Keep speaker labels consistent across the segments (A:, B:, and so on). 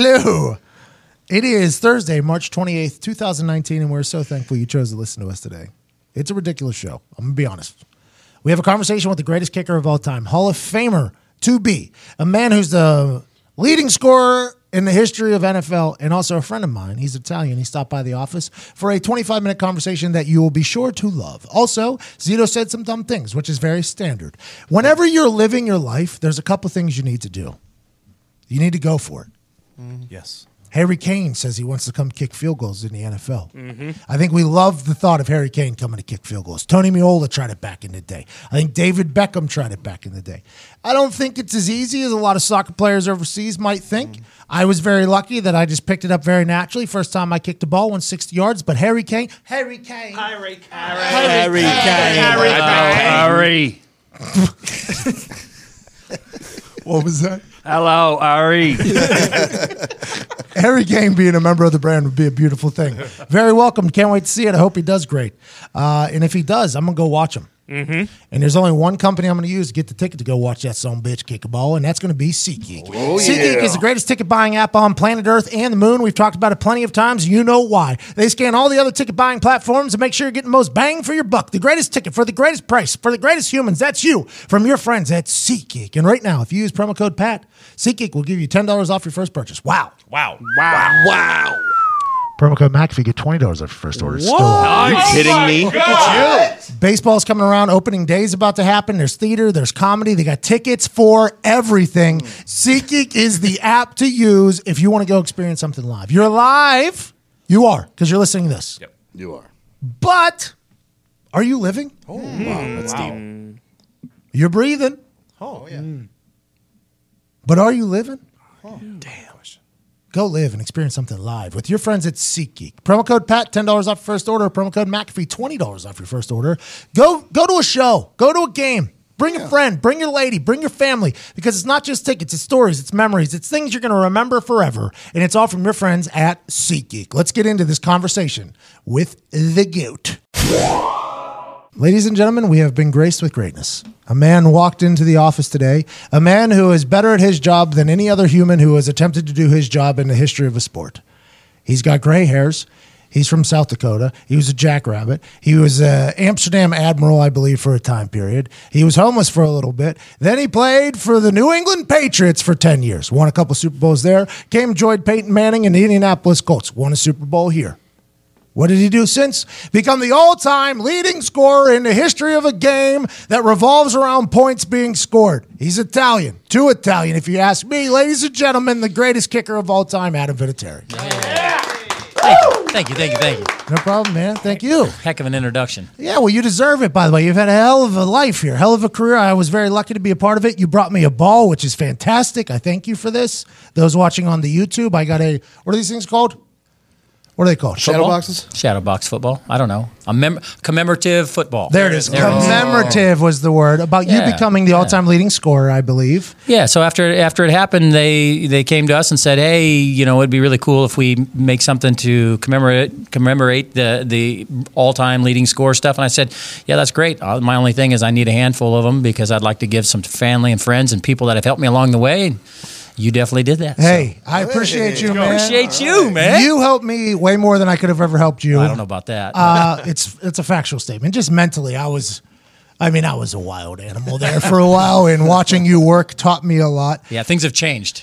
A: Hello. It is Thursday, March 28th, 2019, and we're so thankful you chose to listen to us today. It's a ridiculous show. I'm going to be honest. We have a conversation with the greatest kicker of all time, Hall of Famer to be, a man who's the leading scorer in the history of NFL, and also a friend of mine. He's Italian. He stopped by the office for a 25 minute conversation that you will be sure to love. Also, Zito said some dumb things, which is very standard. Whenever you're living your life, there's a couple things you need to do. You need to go for it.
B: Yes.
A: Harry Kane says he wants to come kick field goals in the NFL. I think we love the thought of Harry Kane coming to kick field goals. Tony Miola tried it back in the day. I think David Beckham tried it back in the day. I don't think it's as easy as a lot of soccer players overseas might think. I was very lucky that I just picked it up very naturally. First time I kicked a ball, 160 yards, but Harry Kane, Harry Kane.
B: Uh.
C: Harry Kane.
A: Harry
C: Harry Kane.
D: Ari.
A: What was that?
D: Hello, Ari.
A: Harry Kane being a member of the brand would be a beautiful thing. Very welcome. Can't wait to see it. I hope he does great. Uh, and if he does, I'm going to go watch him. Mm-hmm. And there's only one company I'm going to use to get the ticket to go watch that son of a bitch kick a ball, and that's going to be SeatGeek. SeatGeek is the greatest ticket buying app on planet Earth and the moon. We've talked about it plenty of times. You know why. They scan all the other ticket buying platforms and make sure you're getting the most bang for your buck, the greatest ticket for the greatest price, for the greatest humans. That's you from your friends at SeatGeek. And right now, if you use promo code PAT, SeatGeek will give you $10 off your first purchase. Wow.
B: Wow.
D: Wow.
C: Wow.
A: Promo code McAfee, get $20 off your first order. Oh
D: Are you kidding me?
A: Baseball's coming around. Opening day's about to happen. There's theater, there's comedy. They got tickets for everything. SeatGeek is the app to use if you want to go experience something live. You're live. You are, because you're listening to this.
B: Yep.
C: You are.
A: But are you living?
C: Wow, that's deep.
A: You're breathing.
B: Oh, yeah.
A: But are you living?
B: Hmm.
A: Go live and experience something live with your friends at SeatGeek. Promo code PAT, $10 off your first order. Promo code McAfee, $20 off your first order. Go go to a show. Go to a game. Bring a friend. Bring your lady. Bring your family. Because it's not just tickets. It's stories. It's memories. It's things you're going to remember forever. And it's all from your friends at SeatGeek. Let's get into this conversation with the goat. Ladies and gentlemen, we have been graced with greatness. A man walked into the office today, a man who is better at his job than any other human who has attempted to do his job in the history of a sport. He's got gray hairs. He's from South Dakota. He was a jackrabbit. He was an Amsterdam admiral, I believe, for a time period. He was homeless for a little bit. Then he played for the New England Patriots for 10 years. Won a couple Super Bowls there. Came, joined Peyton Manning and the Indianapolis Colts. Won a Super Bowl here. What did he do since? Become the all time leading scorer in the history of a game that revolves around points being scored. He's Italian, too Italian, if you ask me. Ladies and gentlemen, the greatest kicker of all time, Adam Vinatieri.
E: Thank you, thank you, thank you.
A: No problem, man. Thank you.
E: Heck of an introduction.
A: Yeah, well, you deserve it, by the way. You've had a hell of a life here, hell of a career. I was very lucky to be a part of it. You brought me a ball, which is fantastic. I thank you for this. Those watching on the YouTube, I got a, what are these things called? What are they called?
C: Shadow boxes?
E: Shadowbox football. I don't know. A mem- commemorative football.
A: There it is.
E: it is.
A: Commemorative was the word about you
E: Yeah,
A: becoming the all-time leading scorer, I believe.
E: Yeah. So after after it happened, they they came to us and said, "Hey, you know, it'd be really cool if we make something to commemorate commemorate the the all time leading score stuff." And I said, "Yeah, that's great. Uh, my only thing is I need a handful of them because I'd like to give some to family and friends and people that have helped me along the way." And you definitely did that. so.
A: Hey, I appreciate you, man. Uh,
E: appreciate you, man.
A: You helped me way more than I could have ever helped you.
E: I don't know about that.
A: Uh, it's it's a factual statement. Just mentally, I was, I mean, I was a wild animal there for a while, and watching you work taught me a lot.
E: yeah, things have changed.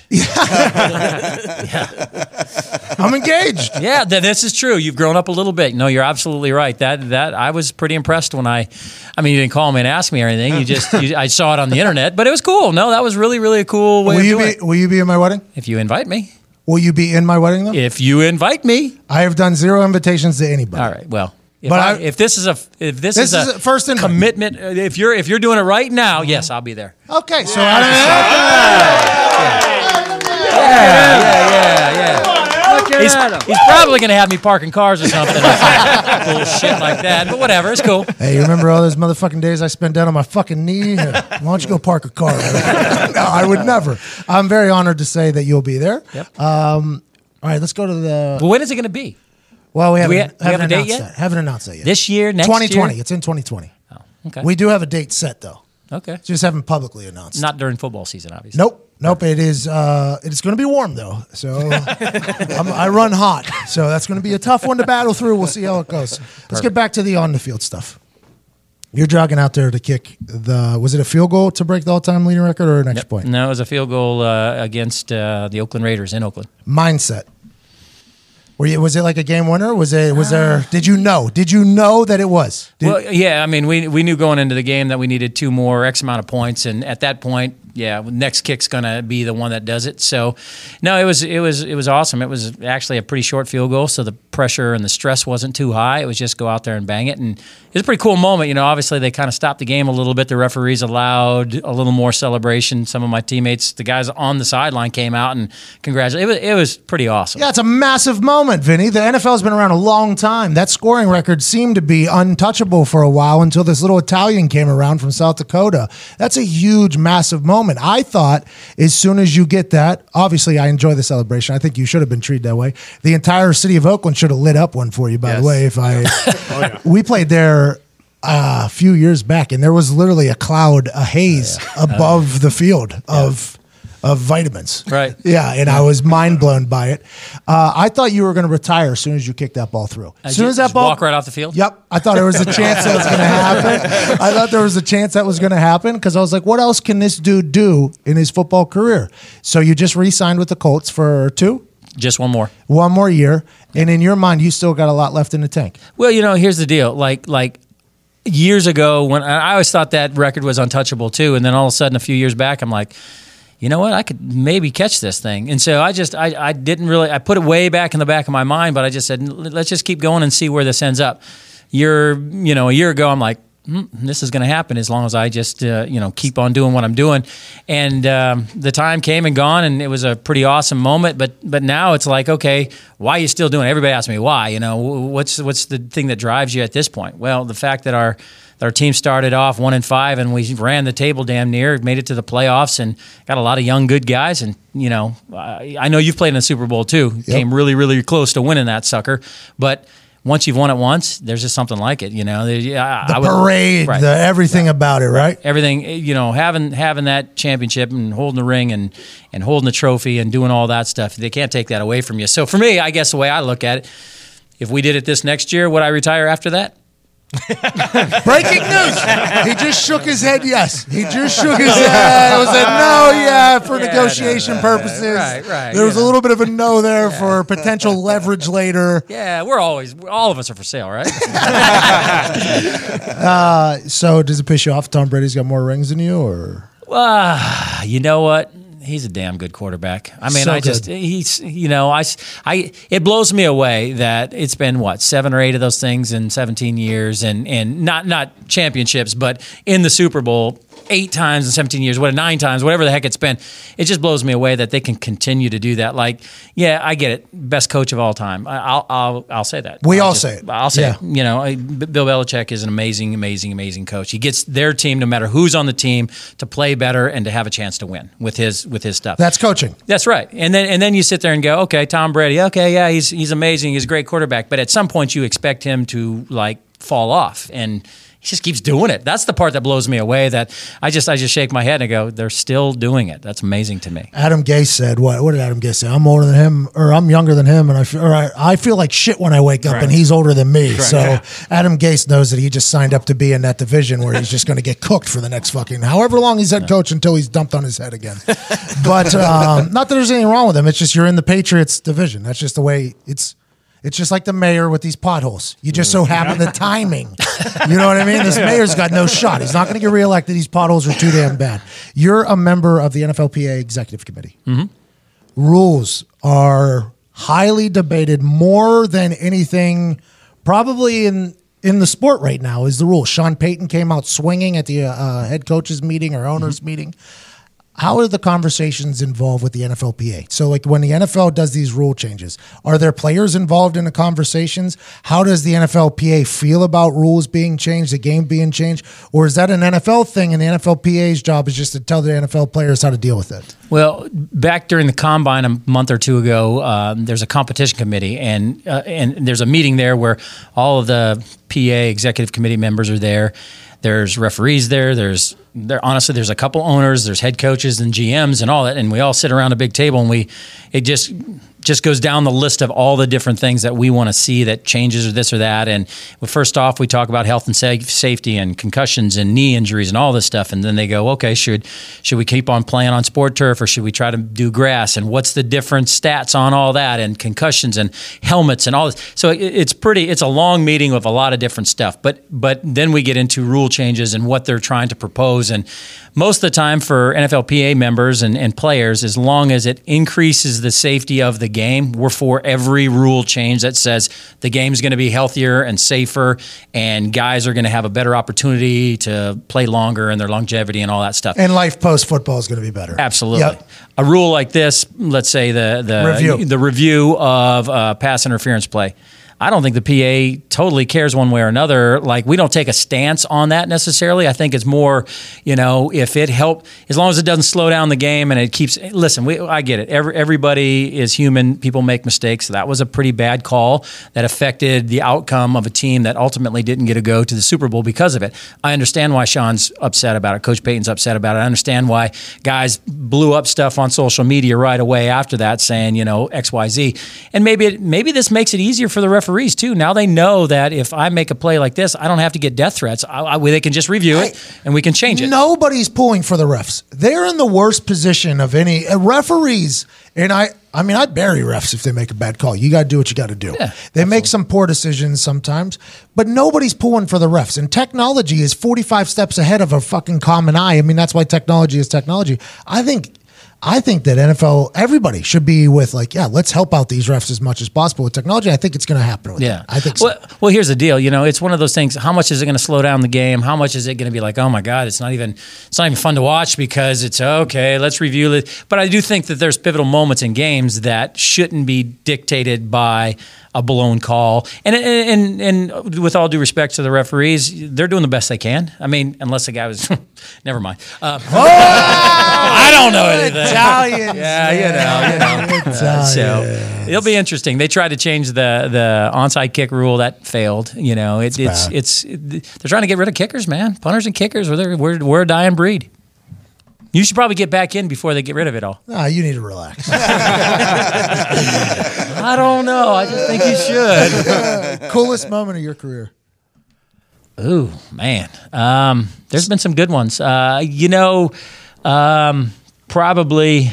A: I'm engaged.
E: yeah, th- this is true. You've grown up a little bit. No, you're absolutely right. That that I was pretty impressed when I, I mean, you didn't call me and ask me or anything. You just you, I saw it on the internet, but it was cool. No, that was really really a cool way
A: Will
E: of
A: you
E: doing
A: be
E: it.
A: Will you be in my wedding?
E: If you invite me,
A: Will you be in my wedding though?
E: if you invite me,
A: I have done zero invitations to anybody.
E: all right. Well. If,
A: But
E: I,
A: I-
E: if this is a if this, is,
A: This is a first Mm-hmm. invite.
E: commitment, uh, if you're if you're doing it right now, yes, I'll be there.
A: Okay, so I don't know.
E: He's, he's probably going to have me parking cars or something, or some bullshit like that. But whatever, it's cool.
A: Hey, you remember all those motherfucking days I spent down on my fucking knee? Why don't you go park a car? no, I would never. I'm very honored to say that you'll be there. Um,
E: Yep.
A: All right, let's go to the.
E: but when is it going to be?
A: Well, we haven't,
E: we ha-
A: haven't
E: we have a date
A: announced
E: yet?
A: that. Haven't announced that yet.
E: This year, next year?
A: 2020. It's in 2020.
E: Okay.
A: We do have a date set though.
E: okay.
A: Just haven't publicly announced.
E: Not during football season, obviously.
A: Nope. Nope, it is. Uh, it's going to be warm though, so I'm, I run hot, so that's going to be a tough one to battle through. We'll see how it goes. Let's get back to the on the field stuff. You're jogging out there to kick the. Was it a field goal to break the all time leading record or an extra point?
E: No, it was a field goal uh, against uh, the Oakland Raiders in Oakland.
A: Mindset. Were you, was it like a game winner? Was it? Was there? Did you know? Did you know that it was? Did-
E: Uh, well, yeah, I mean, we we knew going into the game that we needed two more X amount of points, and at that point, yeah, next kick's gonna be the one that does it. So, no, it was it was it was awesome. It was actually a pretty short field goal, so the pressure and the stress wasn't too high. It was just go out there and bang it, and it was a pretty cool moment. You know, obviously they kind of stopped the game a little bit. The referees allowed a little more celebration. Some of my teammates, the guys on the sideline, came out and congratulated. It was it was pretty awesome.
A: Yeah, it's a massive moment, Vinny. The NFL's been around a long time. That scoring record seemed to be untouchable for a while until this little Italian came around from South Dakota. That's a huge, massive moment. I thought as soon as you get that, obviously I enjoy the celebration. I think you should have been treated that way. The entire city of Oakland should have lit up one for you, by the way. If I we played there uh, a few years back, and there was literally a cloud, a haze above the field of of vitamins.
E: Uh, Right.
A: Yeah, and I was mind blown by it. Uh, I thought you were going to retire as soon as you kicked that ball through.
E: Uh,
A: As soon
E: ju-
A: as that
E: just
A: ball
E: walk right off the field?
A: Yep, I thought there was a chance that was going to happen. I thought there was a chance that was going to happen because I was like, what else can this dude do in his football career? So you just re-signed with the Colts for two,
E: Just one more.
A: one more year, and in your mind, you still got a lot left in the tank.
E: Well, you know, here's the deal. Like like years ago when I I always thought that record was untouchable too, and then all of a sudden a few years back I'm like you know what? I could maybe catch this thing, and so I just I, I didn't really I put it way back in the back of my mind, but I just said let's just keep going and see where this ends up. You're you know a year ago I'm like hmm, this is going to happen as long as I just uh, you know keep on doing what I'm doing, and um, the time came and gone, and it was a pretty awesome moment. But but now it's like okay, why are you still doing? It? Everybody asks me why. You know wh- what's what's the thing that drives you at this point? Well, the fact that our that our team started off one and five, and we ran the table damn near, made it to the playoffs, and got a lot of young good guys. And you know, I, I know you've played in the Super Bowl too. Came really, really close to winning that sucker. But once you've won it once, there's just something like it. You know, There- yeah, I-
A: The
E: I would-
A: parade,
E: right.
A: the everything about it, right?
E: everything. eh, You know, having having that championship and holding the ring and and holding the trophy and doing all that stuff, they can't take that away from you. So for me, I guess the way I look at it, if we did it this next year, would I retire after that?
A: Breaking news. He just shook his head yes. He just shook his head. It was a no, yeah, for
E: Yeah,
A: negotiation
E: no,
A: purposes.
E: right, right,
A: There was
E: yeah.
A: a little bit of a no there for potential leverage later.
E: Yeah, we're always all of us are for sale, right?
A: So does it piss you off Tom Brady's got more rings than you or
E: Ah, you know what? He's a damn good quarterback. I mean,
A: So
E: I just
A: good.
E: he's you know I s- I- it blows me away that it's been what seven or eight of those things in 17 years, and and not not championships, but in the Super Bowl eight times in 17 years, what nine times, whatever the heck it's been. It just blows me away that they can continue to do that. Like, yeah, I get it, best coach of all time. I, I'll I'll I'll say that.
A: We
E: I'll
A: all
E: just-
A: say it.
E: I'll say
A: Yeah.
E: it you know, I- B- Bill Belichick is an amazing, amazing, amazing coach. He gets their team, no matter who's on the team, to play better and to have a chance to win with his with his stuff.
A: that's coaching.
E: That's right. And then and then you sit there and go, okay, Tom Brady, okay, yeah, he's he's amazing, he's a great quarterback, but at some point you expect him to like fall off and he just keeps doing it. That's the part that blows me away that I just I just shake my head and go, they're still doing it. That's amazing to me.
A: Adam Gase said what what did Adam Gase say? I'm older than him or I'm younger than him and I feel, or I, I feel like shit when I wake up and he's older than me. So Adam Gase knows that he just signed up to be in that division where he's just going to get cooked for the next fucking however long he's head coach until he's dumped on his head again. but um, not that there's anything wrong with him. It's just you're in the Patriots division. That's just the way it's. It's just like the mayor with these potholes. You just so happen the timing. You know what I mean? This mayor's got no shot. He's not going to get reelected. These potholes are too damn bad. You're a member of the NFLPA Executive Committee. Rules are highly debated more than anything, probably in in the sport right now. Is the rule? Sean Payton came out swinging at the uh, head coaches meeting or owners meeting how are the conversations involved with the NFLPA? So, like when the NFL does these rule changes, are there players involved in the conversations? How does the NFLPA feel about rules being changed, the game being changed, or is that an NFL thing and the NFLPA's job is just to tell the NFL players how to deal with it?
E: Well, back during the combine a month or two ago, um, there's a competition committee, and uh, and there's a meeting there where all of the PA executive committee members are there. There's referees there. There's there honestly there's a couple owners. There's head coaches and GMs and all that, and we all sit around a big table and we it just just goes down the list of all the different things that we want to see that changes or this or that. And well, first off, we talk about health and sa- safety and concussions and knee injuries and all this stuff. And then they go, okay, should should we keep on playing on sport turf or should we try to do grass? And what's the different stats on all that and concussions and helmets and all this? So it, it's pretty. It's a long meeting with a lot of different stuff. But but then we get into rule changes and what they're trying to propose. And most of the time for NFLPA members and, and players, as long as it increases the safety of the game, we're for every rule change that says the game's going to be healthier and safer, and guys are going to have a better opportunity to play longer and their longevity and all that stuff.
A: And life post football is going to be better.
E: Absolutely.
A: Yep.
E: A rule like this, let's say the the
A: Review.
E: the review of uh, pass interference play. I don't think the PA totally cares one way or another. Like we don't take a stance on that necessarily. I think it's more, you know, if it help as long as it doesn't slow down the game and it keeps. Listen, we I get it. Every, everybody is human. People make mistakes. That was a pretty bad call that affected the outcome of a team that ultimately didn't get a go to the Super Bowl because of it. I understand why Sean's upset about it. Coach Payton's upset about it. I understand why guys blew up stuff on social media right away after that, saying you know X Y Z. And maybe it, maybe this makes it easier for the referees too. Now they know that if I make a play like this, I don't have to get death threats. I, I, they can just review it and we can change it.
A: Nobody's pulling for the refs. They're in the worst position of any uh, referees. And I, I mean, I bury refs if they make a bad call. You got to do what you got to do. they make some poor decisions sometimes, but nobody's pulling for the refs. And technology is 45 steps ahead of a fucking common eye. I mean, that's why technology is technology. I think. I think that NFL, everybody should be with like, yeah, let's help out these refs as much as possible with technology. I think it's going to happen. With
E: Yeah, I think. So. Well, well, here's the deal. You know, it's one of those things. How much is it going to slow down the game? How much is it going to be like, oh my god, it's not even, it's not even fun to watch because it's okay. Let's review it. But I do think that there's pivotal moments in games that shouldn't be dictated by a blown call. And and and, and with all due respect to the referees, they're doing the best they can. I mean, unless the guy was, never mind. Uh, I don't know anything.
C: Italians,
E: yeah, you know, you know. Uh, so it'll be interesting. They tried to change the the onside kick rule that failed. You know, it, it's
A: bad.
E: it's they're trying to get rid of kickers, man. Punters and kickers, we're, they're- we're we're a dying breed. You should probably get back in before they get rid of it all.
A: Nah, you need to relax.
E: I don't know. I just think you should.
A: Coolest moment of your career.
E: Ooh, man. Um, there's been some good ones. Uh, you know, um, probably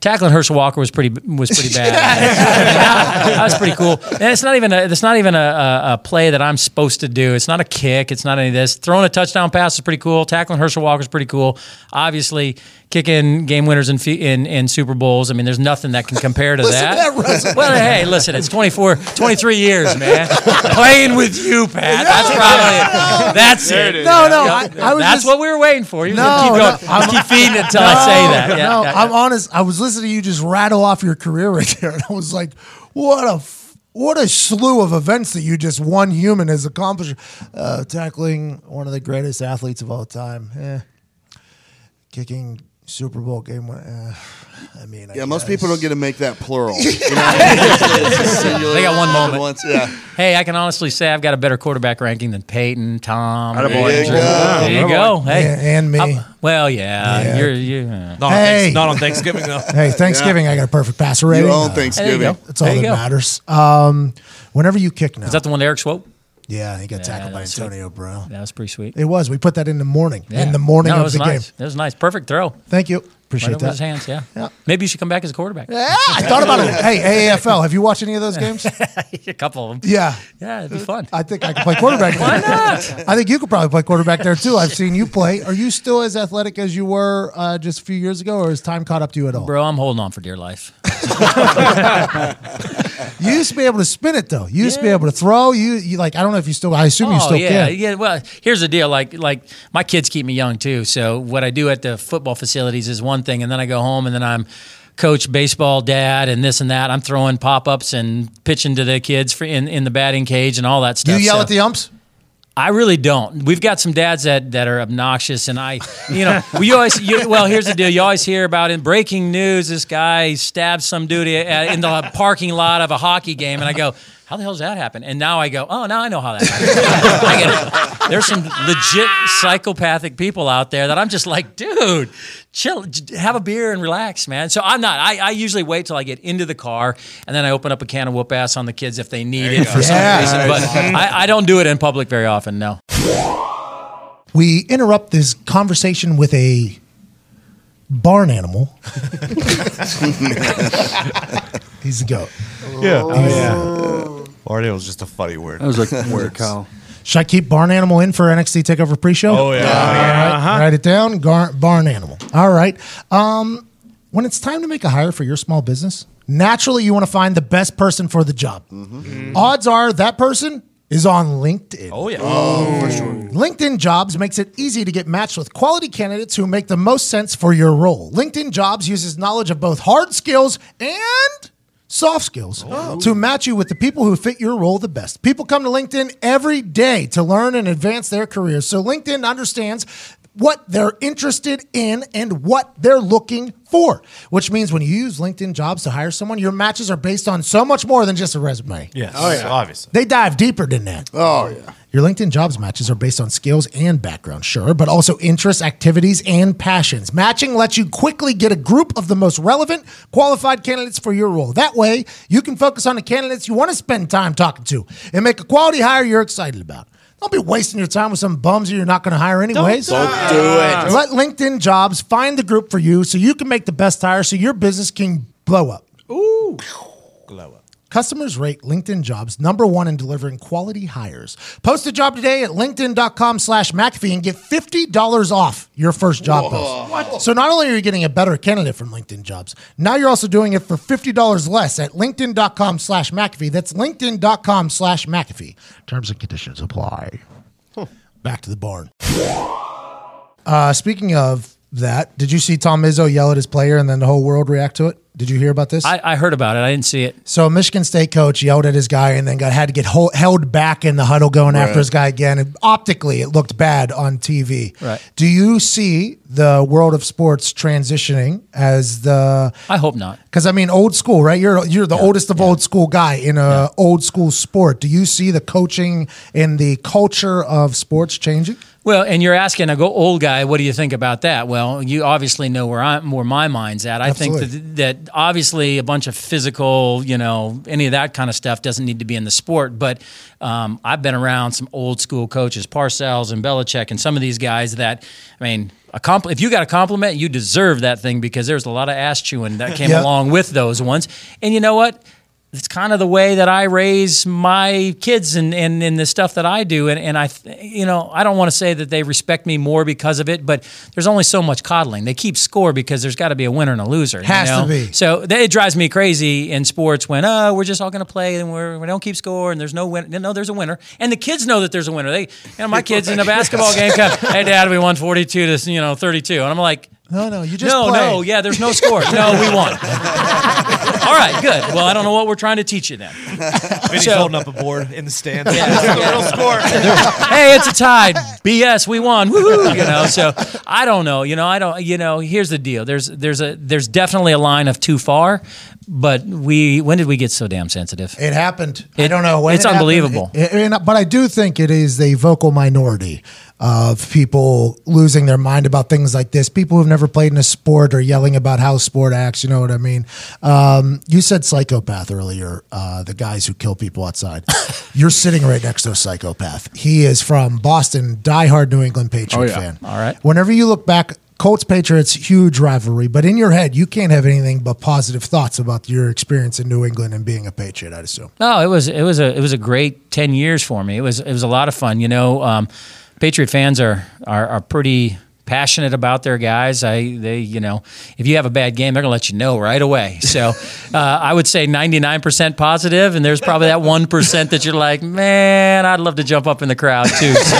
E: tackling Herschel Walker was pretty was pretty bad. that was pretty cool. And it's not even a, it's not even a, a, a play that I'm supposed to do. It's not a kick. It's not any of this. Throwing a touchdown pass is pretty cool. Tackling Herschel Walker is pretty cool. Obviously, kicking game winners in, fe- in in Super Bowls. I mean, there's nothing that can compare to
C: Listen to
E: that.
C: that resume.
E: well, hey, listen, it's 24, 23 years, man. Playing with you, Pat. That's probably it. That's
C: There
E: it.
C: it is.
A: No, no,
E: Yeah.
A: I- I was
E: that's
A: just-
E: what we were waiting for. You were
A: No,
E: gonna keep
A: no,
E: going.
A: I'm-
E: keep feeding until I say that. Yeah,
A: Oh, no,
E: yeah, yeah.
A: I'm honest. I was listening to you just rattle off your career right there, and I was like, what a. f- What a slew of events that you just one human has accomplished. Uh, tackling one of the greatest athletes of all time. Eh. Kicking Super Bowl game win. Eh. I mean, I
B: Yeah, most people don't get to make that plural.
E: they got one moment.
B: yeah.
E: Hey, I can honestly say I've got a better quarterback ranking than Peyton, Tom.
B: Attaboy.
E: There you
B: There you
E: go. There you
B: go.
E: go.
B: Attaboy.
E: Hey,
A: Yeah, and me.
E: well, yeah,
A: Yeah.
E: you're you. uh,
A: on Hey. Thanks- not on
F: Thanksgiving though.
A: Hey, Thanksgiving, I got a perfect passer rating.
B: You own
A: Uh,
B: Thanksgiving.
E: There you go.
A: That's all
E: There you
A: that
E: go.
A: matters. Um, whenever you kick now,
E: Is that the one to Eric Swope?
A: yeah, he got tackled by
E: that's
A: Antonio Brown.
E: That was pretty sweet.
A: It was. We put that in the morning.
E: Yeah.
A: In the morning
E: no, it
A: of
E: was
A: the
E: nice.
A: game.
E: That was nice. Perfect throw.
A: Thank you.
E: Right
A: Appreciate
E: over his
A: that.
E: hands. Yeah. Maybe you should come back as a quarterback.
A: Yeah, Ah, I thought about it. Hey, AAFL, have you watched any of those games?
E: a couple of them.
A: Yeah.
E: Yeah, it'd be fun.
A: I think I could play quarterback. Why not? I think you could probably play quarterback there too. I've seen you play. Are you still as athletic as you were uh, just a few years ago, or has time caught up to you at all?
E: Bro, I'm holding on for dear life.
A: You used to be able to spin it though. You used to be able to throw. You, you like I don't know if you still. I assume you still
E: Oh, yeah,
A: can.
E: yeah. Well, here's the deal. Like, like my kids keep me young too. So what I do at the football facilities is one thing, and then I go home, and then I'm coach baseball dad and this and that. I'm throwing pop ups and pitching to the kids for in, in the batting cage and all that
A: Do
E: stuff.
A: you yell
E: So-
A: at the umps?
E: I really don't. We've got some dads that, that are obnoxious, and I, you know, we always. You, well, here's the deal: you always hear about in breaking news, this guy stabbed some dude uh, in the parking lot of a hockey game, and I go, how the hell does that happen? And now I go, oh, now I know how that happened. I get it. There's some legit psychopathic people out there that I'm just like, dude, chill, j- have a beer and relax, man. So I'm not. I, I usually wait till I get into the car and then I open up a can of whoop ass on the kids if they need it for some
A: Yeah.
E: reason. Uh, But I, I don't do it in public very often. No.
A: We interrupt this conversation with a barn animal. He's the goat.
F: Yeah.
A: Oh,
F: yeah. Barney was just a funny word.
A: That was a weird call. Should I keep barn animal in for NXT Takeover pre-show?
F: Oh, yeah.
A: All right. Write it down. Gar- barn animal. All right. Um, when it's time to make a hire for your small business, naturally you want to find the best person for the job.
F: Mm-hmm.
A: Odds are that person is on LinkedIn.
E: Oh yeah.
A: Oh, for sure. LinkedIn Jobs makes it easy to get matched with quality candidates who make the most sense for your role. LinkedIn Jobs uses knowledge of both hard skills and soft skills to match you with the people who fit your role the best. People come to LinkedIn every day to learn and advance their careers. So LinkedIn understands what they're interested in and what they're looking for, which means when you use LinkedIn Jobs to hire someone, your matches are based on so much more than just a resume.
F: Yes. Oh, yeah. Obviously.
A: They dive deeper than that. Oh, yeah. Your LinkedIn jobs matches are based on skills and background, sure, but also interests, activities, and passions. Matching lets you quickly get a group of the most relevant, qualified candidates for your role. That way, you can focus on the candidates you want to spend time talking to and make a quality hire you're excited about. Don't be wasting your time with some bums that you're not going to hire anyways.
C: Don't do
B: Ah.
C: it.
A: Let LinkedIn jobs find the group for you so you can make the best hire so your business can blow up.
C: Ooh.
A: Customers rate LinkedIn jobs number one in delivering quality hires. Post a job today at linkedin.com slash McAfee and get $50 off your first job
C: Whoa.
A: post. So not only are you getting a better candidate from LinkedIn jobs, now you're also doing it for $50 less at linkedin.com slash McAfee. That's linkedin.com slash McAfee. Terms and conditions apply. Back to the barn. Uh, speaking of that, did you see Tom Izzo yell at his player and then the whole world react to it? Did you hear about this?
E: I, I heard about it. I didn't see it.
A: So a Michigan State coach yelled at his guy and then got had to get hol- held back in the huddle going
E: Right.
A: after his guy again. And optically, it looked bad on TV.
E: Right.
A: Do you see the world of sports transitioning as the?
E: I hope not.
A: Because I mean, old school, right? You're you're the oldest of old school guy in a old school sport. Do you see the coaching and the culture of sports changing?
E: Well, and you're asking a go old guy, what do you think about that? Well, you obviously know where I'm, where my mind's at. I
A: Absolutely.
E: think that, that obviously a bunch of physical, you know, any of that kind of stuff doesn't need to be in the sport. But um, I've been around some old school coaches, Parcells and Belichick, and some of these guys that, I mean, a compl- if you got a compliment, you deserve that thing because there's a lot of ass chewing that came
G: Yeah.
E: along with those ones. And you know what? it's kind of the way that I raise my kids and and, and the stuff that I do. And, and I, th- you know, I don't want to say that they respect me more because of it, but there's only so much coddling. They keep score because there's got to be a winner and a loser. you
A: Has to
E: know?
A: be.
E: So that, it drives me crazy in sports when, oh, we're just all going to play and we're, we don't keep score and there's no winner. No, there's a winner. And the kids know that there's a winner. They, you know, my kids in a basketball game come, hey, Dad, we won 42 to, you know, 32. And I'm like,
A: No, no, you just
E: no,
A: play.
E: no, yeah, there's no score. No, we won. All right, good. Well, I don't know what we're trying to teach you then.
F: Vinny's
E: So-
F: holding up a board in the stands.
E: hey, it's a tie. BS, we won. Woohoo! You know, so I don't know. You know, I don't. You know, here's the deal. There's there's a there's definitely a line of too far, but we when did we get so damn sensitive?
A: It happened. I don't know. When
E: it's
A: it happened,
E: unbelievable.
A: it- it- and- but I do think it is the vocal minority of people losing their mind about things like this. People who've never played in a sport or yelling about how sport acts. You know what I mean? Um, you said psychopath earlier. Uh, the guys who kill people outside. You're sitting right next to a psychopath. He is from Boston, diehard New England Patriot fan.
E: Oh, All right.
A: Whenever you look back, Colts Patriots, huge rivalry, but in your head, you can't have anything but positive thoughts about your experience in New England and being a Patriot, I'd assume.
E: No, it was it was a it was a great ten years for me. It was it was a lot of fun. You know, um, Patriot fans are, are are pretty passionate about their guys. I they you know if you have a bad game, they're gonna let you know right away. So uh, I would say ninety nine percent positive, and there's probably that one percent that you're like, man, I'd love to jump up in the crowd too. So,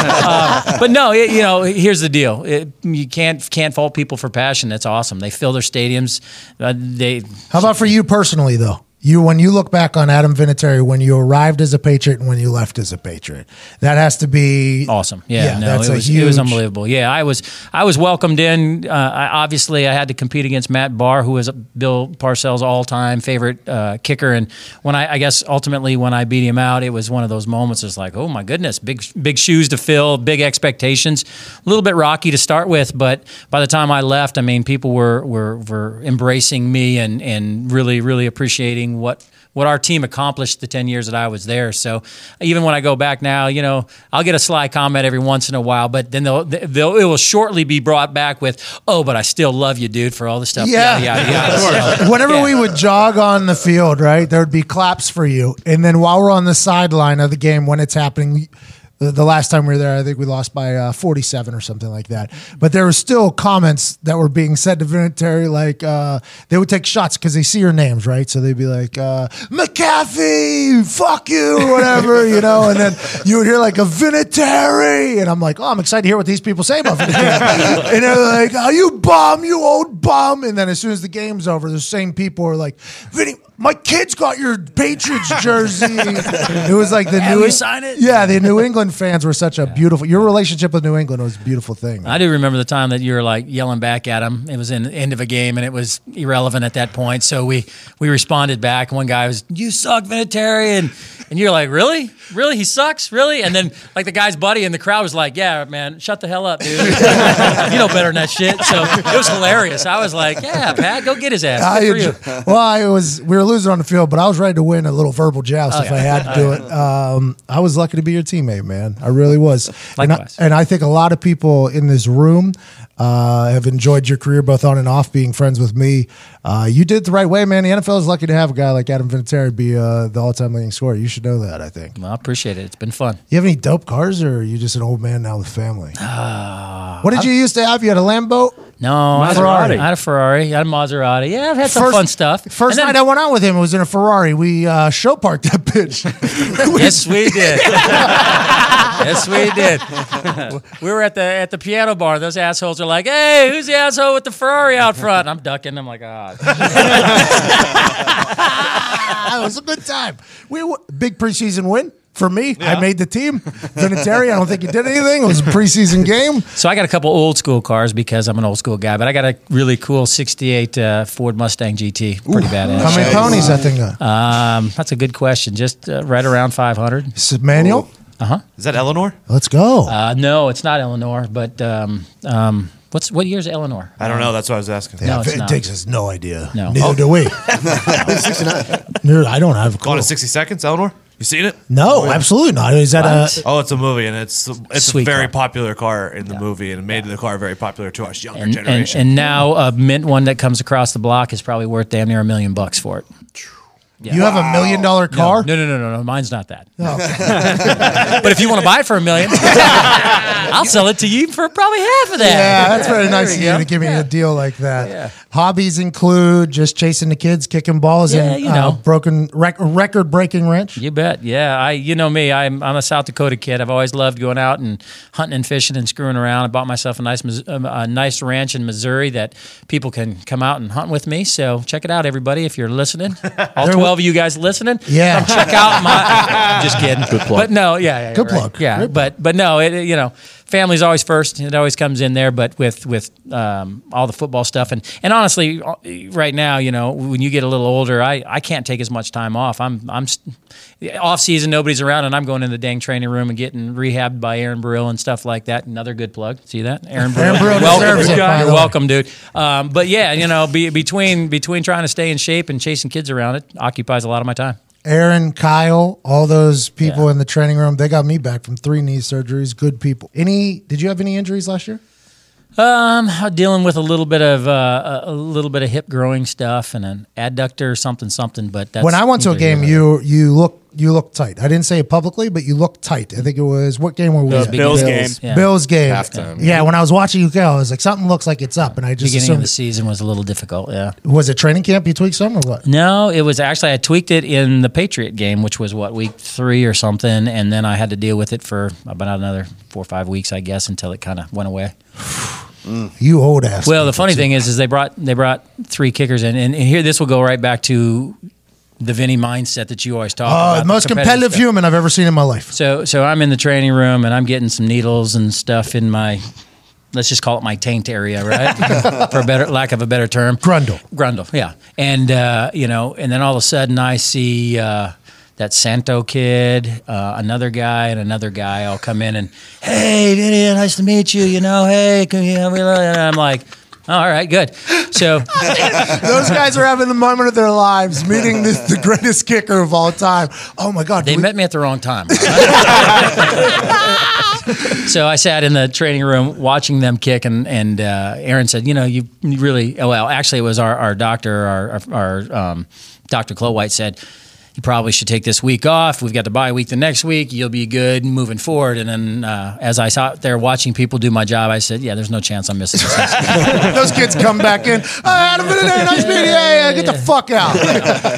E: uh, but no, it, you know, here's the deal. It, you can't can't fault people for passion. That's awesome. They fill their stadiums. Uh, they
A: How about for you personally, though? You when you look back on Adam Vinatieri when you arrived as a Patriot and when you left as a Patriot, that has to be
E: awesome. Yeah, no,
A: that's
E: it
A: a
E: was
A: huge.
E: it was unbelievable. Yeah, I was I was welcomed in. Uh, I, obviously, I had to compete against Matt Barr, who was Bill Parcells' all-time favorite uh, kicker. And when I, I guess ultimately when I beat him out, it was one of those moments. It's like, oh my goodness, big big shoes to fill, big expectations. A little bit rocky to start with, but by the time I left, I mean people were were, were embracing me and and really really appreciating what what our team accomplished the 10 years that I was there. So even when I go back now, you know, I'll get a sly comment every once in a while, but then they'll, they'll it will shortly be brought back with, "Oh, but I still love you, dude, for all the stuff."
A: Yeah.
E: yeah, yeah. So,
A: Whenever
E: yeah.
A: we would jog on the field, right, there would be claps for you. And then while we're on the sideline of the game, when it's happening, the, the last time we were there, I think we lost by uh, 47 or something like that. But there were still comments that were being said to Vinatieri, like uh, they would take shots because they see your names, right? So they'd be like, uh, McAfee, fuck you, or whatever, you know? And then you would hear like a Vinatieri. And I'm like, oh, I'm excited to hear what these people say about Vinatieri. and they're like, oh, you bum, you old bum. And then as soon as the game's over, the same people are like, Vinny, my kid's got your Patriots jersey. it was like the
E: Have
A: New
E: you signed it?
A: Yeah, the New England fans were such a beautiful. Your relationship with New England was a beautiful thing.
E: I do remember the time that you were like yelling back at him. It was in the end of a game, and it was irrelevant at that point. So we we responded back. One guy was, "You suck, Vinatieri," and and you're like, "Really, really, he sucks, really." And then like the guy's buddy in the crowd was like, "Yeah, man, shut the hell up, dude. you know better than that shit." So it was hilarious. I was like, "Yeah, Pat, go get his ass."
A: I
E: Good for you.
A: enjoy- well, I was we were losing on the field, but I was ready to win a little verbal joust
E: Oh,
A: if
E: yeah.
A: I had to do it. Um, I was lucky to be your teammate, man. I really was. And I,
E: Likewise.
A: and I think a lot of people in this room uh, have enjoyed your career both on and off being friends with me. Uh, you did it the right way, man. The NFL is lucky to have a guy like Adam Vinatieri be uh, the all-time leading scorer. You should know that. I think.
E: Well, I appreciate it. It's been fun.
A: You have any dope cars, or are you just an old man now with family? what did you used to have? You had a Lambo.
E: No, I had, a,
D: Maserati.
E: I had a Ferrari. I had a Maserati. Yeah, I've had some fun stuff.
A: First
E: And then-
A: night I went out with him, it was in a Ferrari. We uh, show parked that bitch.
E: Yes, we did. yes, we did. We were at the at the piano bar. Those assholes are like, "Hey, who's the asshole with the Ferrari out front?" I'm ducking. I'm like, "Ah."
A: it was a good time. We w- big preseason win for me. I made the team. Vinatieri, I don't think he did anything. It was a preseason game.
E: So I got a couple old school cars because I'm an old school guy, but I got a really cool '68 uh, Ford Mustang GT. Pretty badass.
A: How many ponies that thing got?
E: Um, that's a good question. Just uh, right around 500.
A: Is it manual?
F: Is that Eleanor?
A: Let's go.
E: Uh, no, it's not Eleanor, but um, um, what's what year's Eleanor?
F: I don't know. That's what I was asking.
A: Yeah,
E: no, it's
A: Vin
E: not.
A: Diggs has no idea.
E: No.
A: Neither do we. no, I don't have a
F: Gone
A: clue.
F: in 60 seconds, Eleanor? You seen it?
E: Oh,
A: No, absolutely not. Is that
E: What?
A: a
F: Oh, it's a movie, and it's it's
E: Sweet
F: a very
E: car.
F: popular car in the movie, and it made the car very popular to us younger
E: and, and,
F: generation.
E: and now a mint one that comes across the block is probably worth damn near a million bucks for it.
A: you have a million dollar car? Oh.
E: No, no, no, no, no. Mine's not that. but if you want to buy it for a million, I'll sell it to you for probably half of that.
A: Yeah, that's very nice of you to give me a deal like that. Hobbies include just chasing the kids, kicking balls,
E: Yeah,
A: and
E: you know.
A: uh, broken rec- record breaking wrench.
E: You bet. Yeah, I. You know me. I'm I'm a South Dakota kid. I've always loved going out and hunting and fishing and screwing around. I bought myself a nice Mis- um, a nice ranch in Missouri that people can come out and hunt with me. So check it out, everybody. If you're listening, all twelve of you guys listening,
A: Yeah.
E: come check out my. I'm just kidding. Good plug. But no, yeah, yeah, yeah,
A: Good
E: right.
A: plug.
E: Yeah,
A: Good
E: but but no, it, it- you know, family's always first. It always comes in there. But with with um, all the football stuff and and honestly, right now, you know, when you get a little older, I, I can't take as much time off. I'm I'm st- off season. Nobody's around, and I'm going in the dang training room and getting rehabbed by Aaron Brill and stuff like that. Another good plug. See that Aaron Brill.
A: Aaron Brill
E: welcome,
A: deserves it, by the
E: You're
A: way.
E: welcome, dude. Um, but yeah, you know, be, between between trying to stay in shape and chasing kids around, it occupies a lot of my time.
A: Aaron, Kyle, all those people in the training room, they got me back from three knee surgeries. Good people. Any? Did you have any injuries last year?
E: Um, dealing with a little bit of uh, a a little bit of hip growing stuff and an adductor something something. But that's
A: when I went to a game, you you look you look tight. I didn't say it publicly, but you looked tight. I think it was what game were we? at?
E: Bills
D: game.
E: Yeah.
A: Bills game.
G: Halftime,
A: Yeah. when I was watching you go, I was like, something looks like it's up, and I just
E: beginning of
A: assumed.
E: the season was a little difficult. Yeah.
A: was it training camp? You tweaked some or what?
E: No, it was actually I tweaked it in the Patriot game, which was what week three or something, and then I had to deal with it for about another four or five weeks, I guess, until it kind of went away.
A: You old ass. Uh,
E: Well, the funny thing is, is they brought they brought three kickers in, and, and here this will go right back to the Vinny mindset that you always talk about.
A: Uh, most competitive
E: human.
A: human I've ever seen in my life.
E: So so I'm in the training room and I'm getting some needles and stuff in my let's just call it my taint area, right? For better lack of a better term.
A: Grundle.
E: Grundle, yeah. And uh, you know, and then all of a sudden I see uh, that Santo kid, uh, another guy, and another guy all come in and, hey, Vinny, nice to meet you. You know, hey, can you help me?" And I'm like, all right, good. So
A: Those guys are having the moment of their lives, meeting this, the greatest kicker of all time. Oh my God!
E: They
A: we-
E: met me at the wrong time. so I sat in the training room watching them kick, and and uh, Aaron said, "You know, you really oh, well. Actually, it was our our doctor, our our um, Doctor Chloe White said." You probably should take this week off. We've got the bye week the next week. You'll be good moving forward. And then, uh, as I sat there watching people do my job, I said, "Yeah, there's no chance I'm missing this."
A: Those kids come back in. Oh, Adam, nice meeting you. Yeah, yeah, get the fuck out.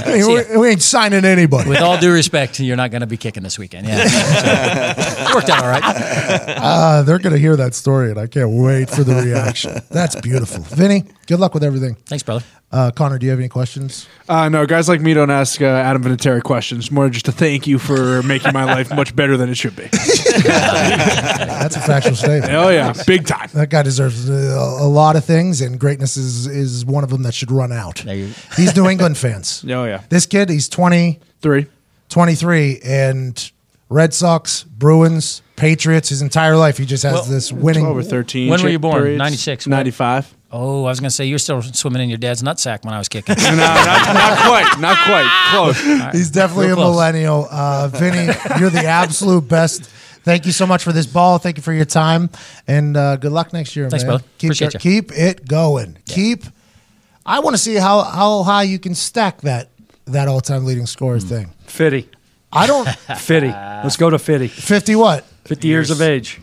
A: we, we ain't signing anybody.
E: With all due respect, you're not going to be kicking this weekend. Yeah, So, worked out all right.
A: Uh, they're gonna hear that story, and I can't wait for the reaction. That's beautiful, Vinny. Good luck with everything.
E: Thanks, brother.
A: Uh, Connor, do you have any questions?
G: Uh, no, guys like me don't ask uh, Adam Vinatieri questions. More just to thank you for making my life much better than it should be.
A: That's a factual statement.
G: Oh yeah, big time.
A: That guy deserves a, a lot of things, and greatness is, is one of them that should run out.
E: There you-
A: These New England fans.
G: Oh yeah,
A: This kid, he's 20,
G: three.
A: 23, and Red Sox, Bruins, Patriots, his entire life, he just has this winning.
G: Over 13.
E: When were
G: Chip
E: you born?
G: parades.
E: 96, what?
G: 95.
E: Oh, I was going to say you're still swimming in your dad's nutsack when I was kicking.
G: no, not, not quite. Not quite. Close.
A: He's definitely
E: Real
A: a
E: close.
A: millennial. Uh, Vinny, you're the absolute best. Thank you so much for this ball. Thank you for your time, and uh, good luck next year,
E: Thanks,
A: man.
E: brother.
A: Keep
E: Appreciate ya.
A: keep it going. Keep. I want to see how how high you can stack that that all time leading scorer
E: Hmm.
A: thing.
H: Fitty.
A: I don't
H: Fitty. Let's go to Fitty.
A: fifty what.
H: 50 years, of age.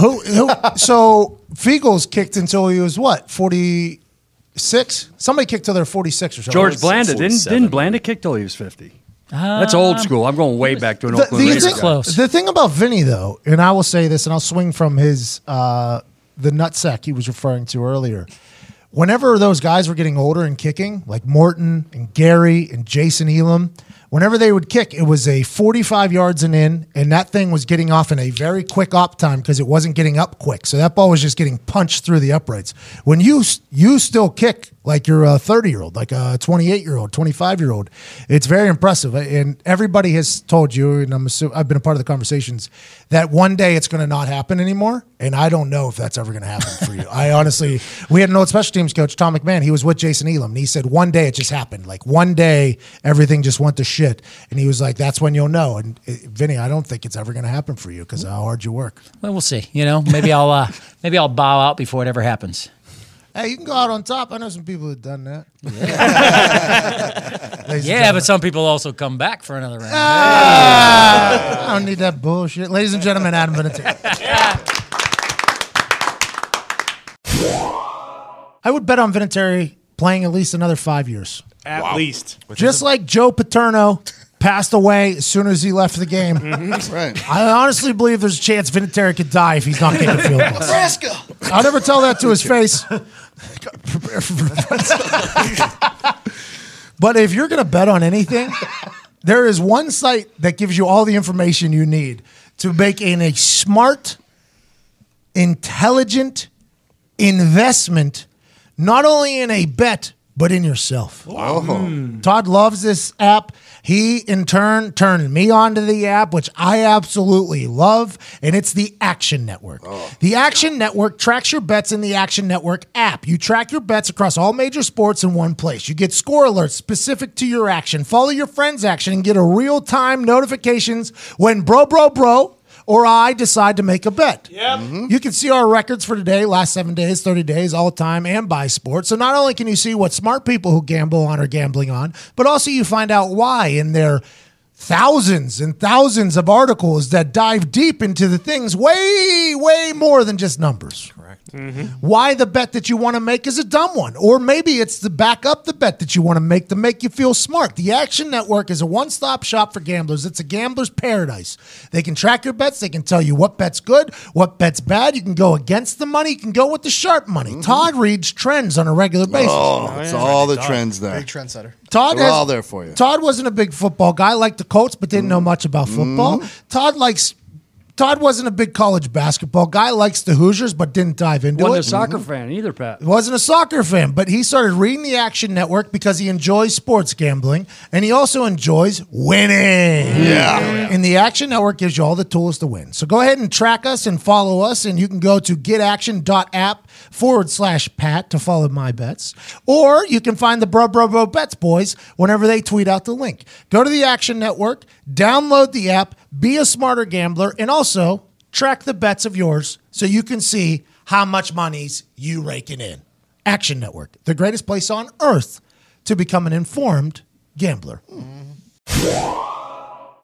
A: Who, who so Fegels kicked until he was what forty six? Somebody kicked till they're forty six or something.
H: George Blanda. Didn't,
D: 47.
H: didn't Blanda kick till he was 50? That's old school. I'm going way back to an
A: The,
H: Oakland
A: the
H: Raider
A: thing,
H: guy.
E: Close.
A: the thing about Vinny though, and I will say this, and I'll swing from his uh, the nutsack he was referring to earlier. Whenever those guys were getting older and kicking, like Morton and Gary and Jason Elam, whenever they would kick, it was a 45 yards and in, and that thing was getting off in a very quick op time because it wasn't getting up quick. So that ball was just getting punched through the uprights. When you s- you still kick like you're a 30 year old, like a 28 year old, 25 year old, it's very impressive. And everybody has told you, and I'm assuming, I've been a part of the conversations that one day it's going to not happen anymore. And I don't know if that's ever going to happen for you. I honestly, we had an old special teams coach, Tom McMahon. He was with Jason Elam, and he said one day it just happened. Like one day everything just went to shit, and he was like, "That's when you'll know." And eh, Vinny, I don't think it's ever going to happen for you because how hard you work.
E: well, we'll see. You know, maybe I'll uh, maybe I'll bow out before it ever happens.
A: Hey, you can go out on top. I know some people who've done that. Ladies and
E: Yeah, but some people also come back for another round.
A: I don't need that bullshit. Ladies and gentlemen, Adam Vinatieri. I would bet on Vinatieri playing at least another five years.
G: At least.
A: Just like Joe Paterno passed away as soon as he left the game.
B: Right.
A: I honestly believe there's a chance Vinatieri could die if he's not getting field goals. I'll never tell that to his face. Prepare for Nebraska. but if you're going to bet on anything, there is one site that gives you all the information you need to make an, a smart, intelligent investment, not only in a bet, but in yourself.
B: Oh,
A: Todd loves this app. He, in turn, turned me onto the app, which I absolutely love, and it's the Action Network. The Action Network tracks your bets in the Action Network app. You track your bets across all major sports in one place. You get score alerts specific to your action. Follow your friend's action and get a real time notifications when bro, bro, bro, or I decide to make a bet. You can see our records for today, last seven days, 30 days, all time, and by sport. So not only can you see what smart people who gamble on are gambling on, but also you find out why in their thousands and thousands of articles that dive deep into the things way, way more than just numbers. Correct. Why the bet that you want to make is a dumb one. Or maybe it's to back up the bet that you want to make to make you feel smart. The Action Network is a one stop shop for gamblers. It's a gambler's paradise. They can track your bets, they can tell you what bet's good, what bet's bad. You can go against the money, you can go with the sharp money. Todd reads trends on a regular basis.
B: Mm-hmm. Oh, it's all the trends there.
I: Big trendsetter.
A: Todd
B: They're
A: has-
B: all there for you. Mm-hmm.
A: Todd wasn't a big football guy, liked the Colts, but didn't know much about football. Todd likes. Todd wasn't a big college basketball guy, likes the Hoosiers, but didn't dive into
H: Wasn't
A: it.
H: a soccer fan either, Pat.
A: Wasn't a soccer fan, but he started reading the Action Network because he enjoys sports gambling and he also enjoys winning.
C: Yeah.
A: And the Action Network gives you all the tools to win. So go ahead and track us and follow us, and you can go to getaction.app forward slash Pat to follow my bets. Or you can find the Bro Bro Bro Bets Boys whenever they tweet out the link. Go to the Action Network, download the app, be a smarter gambler, and also track the bets of yours so you can see how much money's you raking in. Action Network, the greatest place on earth to become an informed gambler.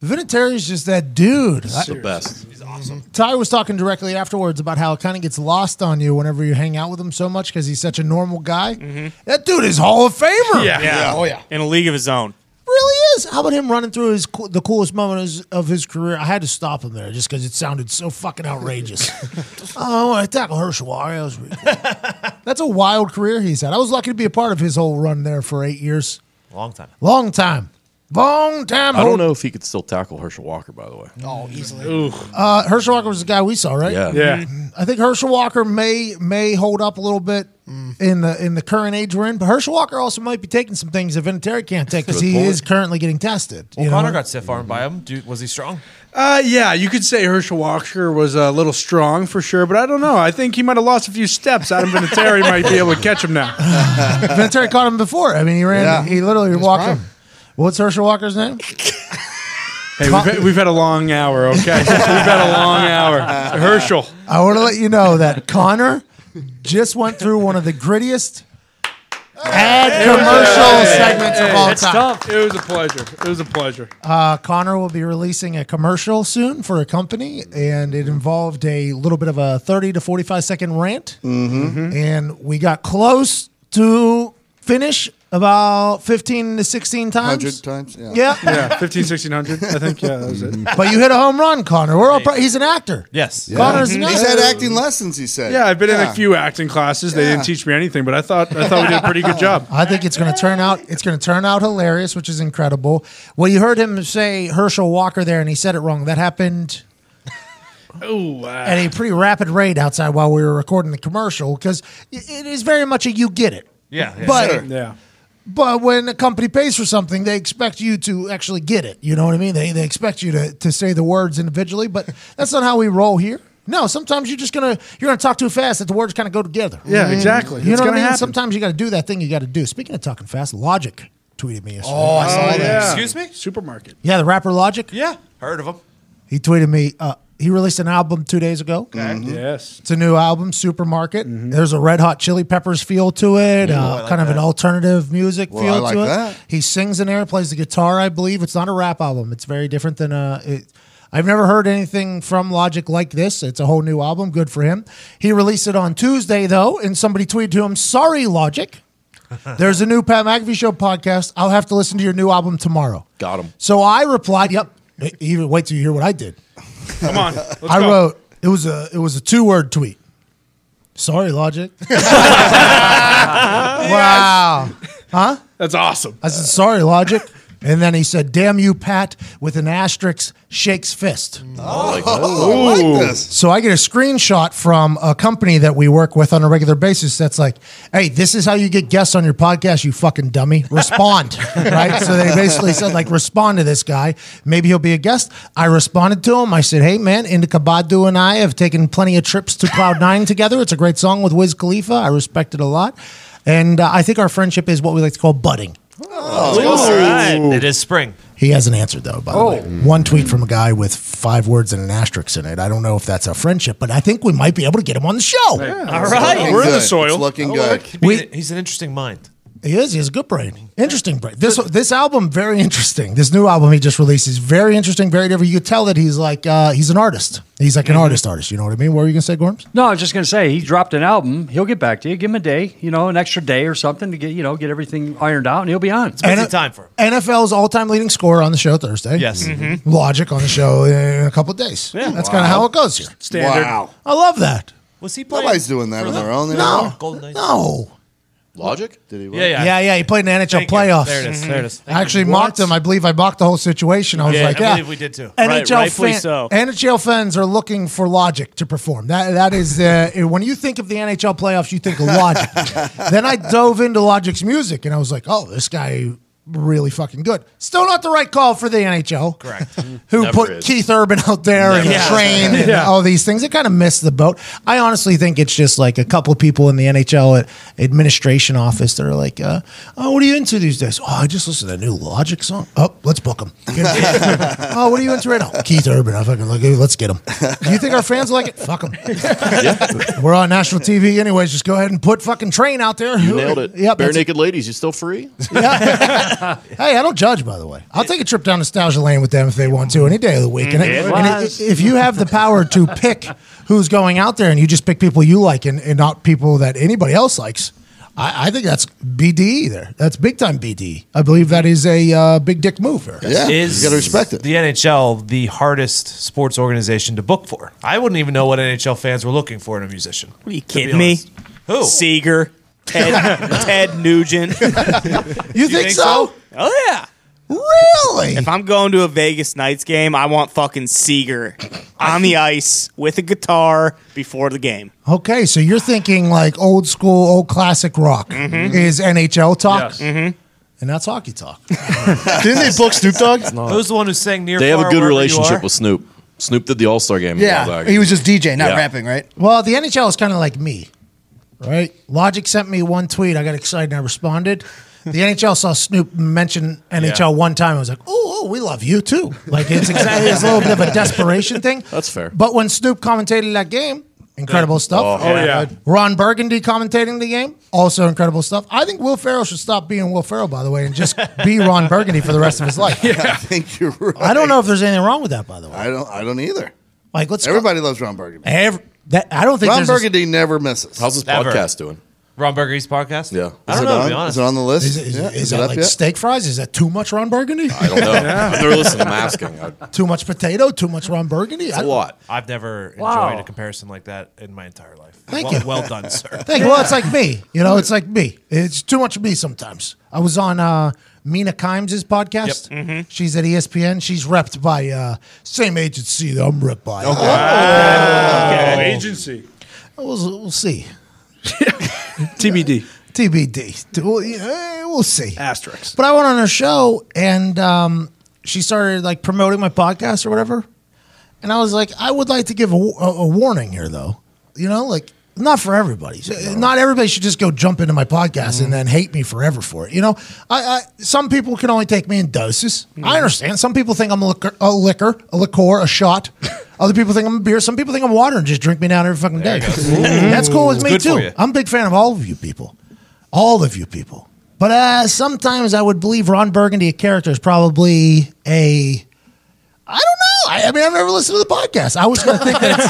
A: Vinatieri is just that dude.
J: He's the best.
A: He's awesome. Ty was talking directly afterwards about how it kind of gets lost on you whenever you hang out with him so much because he's such a normal guy. That dude is Hall of Famer.
C: Mm-hmm. Yeah. Oh yeah. In a league of his own.
A: Really is. How about him running through his coo- the coolest moment of his, of his career? I had to stop him there just because it sounded so fucking outrageous. oh, I tackle Herschel. That was really cool. That's a wild career he's had. I was lucky to be a part of his whole run there for eight years.
J: Long time.
A: Long time. Long time.
J: I don't know if he could still tackle Herschel Walker, by the way.
I: Oh, easily.
A: Uh, Herschel Walker was the guy we saw, right?
J: Yeah. Yeah.
A: I think Herschel Walker may may hold up a little bit in the in the current age we're in, but Herschel Walker also might be taking some things that Vinatieri can't take because
D: Good
A: he
D: point.
A: is currently getting tested.
D: Well,
A: you know?
D: Connor got stiff armed by him. Dude, was he strong?
G: Uh, yeah, you could say Herschel Walker was uh, a little strong for sure, but I don't know. I think he might have lost a few steps. Adam Vinatieri might be able to catch him now.
A: Vinatieri caught him before. I mean, he ran.
G: Yeah.
A: He literally walked him. What's Herschel Walker's name?
G: Hey, we've had, we've had a long hour, okay? we've had a long hour. Herschel.
A: I want to let you know that Connor just went through one of the grittiest ad commercial segments of all time.
G: It was a pleasure. It was a pleasure.
A: Uh, Connor will be releasing a commercial soon for a company, and it involved a little bit of a 30 to 45 second rant.
B: Mhm.
A: And we got close to finish about 15 to 16 times.
B: 100 times, yeah.
G: Yeah, 15, 1600, I think. Yeah, that was it.
A: but you hit a home run, Connor. We're all pro- he's an actor.
G: Yes.
A: Connor's an
B: He's
A: actor.
B: had acting lessons, he said.
G: Yeah, I've been in
B: Yeah.
G: a few acting classes. They
B: Yeah.
G: didn't teach me anything, but I thought I thought we did a pretty good job.
A: I think it's going to turn out it's going to turn out hilarious, which is incredible. Well, you heard him say Herschel Walker there, and he said it wrong. That happened
G: Oh, uh,
A: at a pretty rapid rate outside while we were recording the commercial because it is very much a you get it.
D: Yeah. yeah.
A: But-
D: Sure.
G: yeah.
A: But when a company pays for something, they expect you to actually get it. You know what I mean? They, they expect you to, to say the words individually, but that's not how we roll here. No, sometimes you're just gonna you're gonna talk too fast that the words kind of go together.
G: Yeah, exactly.
A: You
G: It's
A: know what I
G: gonna
A: mean?
G: happen.
A: Sometimes you got to do that thing you got to do. Speaking of talking fast, Logic tweeted me yesterday.
I: Oh, I saw that.
D: Excuse me?
G: Supermarket.
A: Yeah, the rapper Logic.
D: Yeah. Heard of him.
A: He tweeted me. Uh, he released an album two days ago.
G: Yes.
A: It's a new album, Supermarket. There's a Red Hot Chili Peppers feel to it,
D: Ooh,
A: uh,
D: I like
A: kind of an
D: that.
A: alternative music
B: Well,
A: feel
B: I like
A: to it.
B: that.
A: He sings in there, plays the guitar, I believe. It's not a rap album. It's very different than uh, it. I've never heard anything from Logic like this. It's a whole new album. Good for him. He released it on Tuesday though, and somebody tweeted to him, "Sorry, Logic." There's a new Pat McAfee Show podcast. I'll have to listen to your new album tomorrow.
J: Got him.
A: So I replied, "Yep." Even wait till you hear what I did.
G: Come on. Let's
A: I
G: go.
A: wrote it was a it was a two word tweet. Sorry, Logic. wow. Huh?
G: That's awesome.
A: I said, sorry, Logic. And then he said, damn you, Pat, with an asterisk, shakes fist.
B: Oh, I like this.
A: So I get a screenshot from a company that we work with on a regular basis that's like, hey, this is how you get guests on your podcast, you fucking dummy. Respond. right? So they basically said, like, respond to this guy. Maybe he'll be a guest. I responded to him. I said, hey, man, Indica Badu and I have taken plenty of trips to Cloud Nine together. It's a great song with Wiz Khalifa. I respect it a lot. And uh, I think our friendship is what we like to call budding.
D: All right. It is spring.
A: He hasn't answered though. By the way, one tweet from a guy with five words and an asterisk in it. I don't know if that's a friendship, but I think we might be able to get him on the show.
D: All right. Oh,
B: Looking
G: We're in
B: good.
G: the soil.
B: It's looking good.
D: He's an interesting mind.
A: He is. He has a good brain. Interesting brain. This this album very interesting. This new album he just released is very interesting. Very different. You could tell that he's like uh, he's an artist. He's like an
B: Mm-hmm.
A: artist artist. You know what I mean? What were you gonna say, Gorms?
H: No, I was just going to say he dropped an album. He'll get back to you. Give him a day, you know, an extra day or something to get, you know, get everything ironed out, and he'll be on. It's
A: time for him. NFL's all-time leading scorer on the show Thursday.
H: Yes. Mhm.
A: Logic on the show in a couple of days. Yeah. That's kind of how it goes here.
B: Standard. Wow.
A: I love that.
B: Was he playing? Nobody's doing that on their own.
A: No. No.
B: Logic? Did he?
A: Yeah, yeah, yeah, He played in the NHL
B: you.
A: playoffs.
B: There it is. There it is. Thank
A: I actually
B: you.
A: mocked him. I believe I mocked the whole situation. I was
C: did.
A: like,
C: I
A: yeah.
C: believe we did too. Right,
A: NHL,
C: rightfully
A: fan-
C: so.
A: NHL fans are looking for logic to perform. That that is uh, when you think of the NHL playoffs, you think of logic. then I dove into Logic's music, and I was like, oh, this guy really fucking good. Still not the right call for the NHL.
C: Correct.
A: Who
C: Never
A: put
C: is.
A: Keith Urban out there and
C: Never is.
A: train and
C: Yeah.
A: all these things? It kind of missed the boat. I honestly think it's just like a couple of people in the NHL at administration office that are like, uh, "Oh, what are you into these days? Oh, I just listened to that new Logic song. Oh, let's book them. oh, what are you into right now? Keith Urban. I fucking like. Let's get him. Do you think our fans like it? Fuck them. We're on national TV anyways. Just go ahead and put fucking train out there.
J: You nailed it.
A: Yep.
J: Bare
A: that's-
J: naked ladies, you still free?
A: Hey, I don't judge, by the way. I'll take a trip down nostalgia lane with them if they want to any day of the week. And,
J: It
A: and i-
J: was.
A: if you have the power to pick who's going out there and you just pick people you like and, and not people that anybody else likes, I, I think that's BD there. That's big time BD. I believe that is a uh, big dick move. there.
D: is The NHL the hardest sports organization to book for. I wouldn't even know what NHL fans were looking for in a musician. What
C: are you kidding me?
D: Who?
C: Seeger, Ted, Ted Nugent. you, think
A: think so?
C: Oh yeah.
A: Really?
C: If I'm going to a Vegas Knights game, I want fucking Seeger on the ice with a guitar before the game.
A: Okay, so you're thinking like old school, old classic rock
C: Mhm.
A: is NHL talk,
C: Mm-hmm.
A: and that's hockey talk.
J: Didn't they book Snoop Dogg?
D: Who's the one who sang near?
J: They have a
D: Far,
J: good
D: Wherever You
J: relationship
D: Are?
J: with Snoop. Snoop did the All Star game.
A: Yeah, he was just DJ, not
J: rapping,
I: right?
A: Well, the NHL is kind of like me, right? Logic sent me one tweet. I got excited and I responded. The NHL saw Snoop mention NHL
J: Yeah.
A: one time. I was like, oh, oh, we love you too. Like, it's exactly it's a little bit of a desperation thing.
J: That's fair.
A: But when Snoop commentated that game, incredible
J: Yeah.
A: stuff.
J: Oh, Oh, yeah. yeah.
A: Ron Burgundy commentating the game, also incredible stuff. I think Will Ferrell should stop being Will Ferrell, by the way, and just be Ron Burgundy for the rest of his life.
B: I think you're right.
A: I don't know if there's anything wrong with that, by the way.
B: I don't. I don't either.
A: Like, let's
B: everybody loves Ron Burgundy.
A: Every, that, I don't think
B: Ron
A: there's a-
B: Burgundy never misses.
J: How's his
D: Never.
J: podcast doing?
D: Ron Burgundy's podcast.
J: Yeah.
D: I don't
J: Is it
D: know. To
J: on?
D: be honest,
J: Is it on the list?
A: Is, it- is,
J: Yeah.
A: is
J: Is it
A: that
J: up
A: like
J: yet?
A: steak fries? Is that too much Ron Burgundy?
J: I don't know. I've never listened. I'm asking. I-
A: Too much potato? Too much Ron Burgundy?
D: It's
A: I-
D: a lot. I've never
A: Wow.
D: enjoyed a comparison like that in my entire life.
A: Thank
D: well,
A: you.
D: Well done, sir.
A: Thank you. Well, it's like me. You know, it's like me. It's too much of me sometimes. I was on uh, Mina Kimes' podcast.
J: Mm-hmm.
A: She's at E ESPN. She's repped by uh, same agency that I'm repped by.
G: Agency.
A: We'll, we'll see.
G: TBD.
A: TBD. Well, yeah, eh, we'll see.
G: Asterix.
A: But I went on her show and um, she started like promoting my podcast or whatever. And I was like, I would like to give a, a- a warning here, though. You know, like not for everybody. Not everybody should just go jump into my podcast
K: Mm-hmm.
A: and then hate me forever for it. You know, I, I some people can only take me in doses.
K: Mm-hmm.
A: I understand. Some people think I'm a liquor, a liquor, a liqueur, a shot. Other people think I'm a beer. Some people think I'm water and just drink me down every fucking day. That's cool with
K: It's
A: me
K: good for
A: too.
K: you.
A: I'm a big fan of all of you people, all of you people. But uh, sometimes I would believe Ron Burgundy, a character, is probably a. I don't know. I, I mean, I've never listened to the podcast. I was going to think that it's,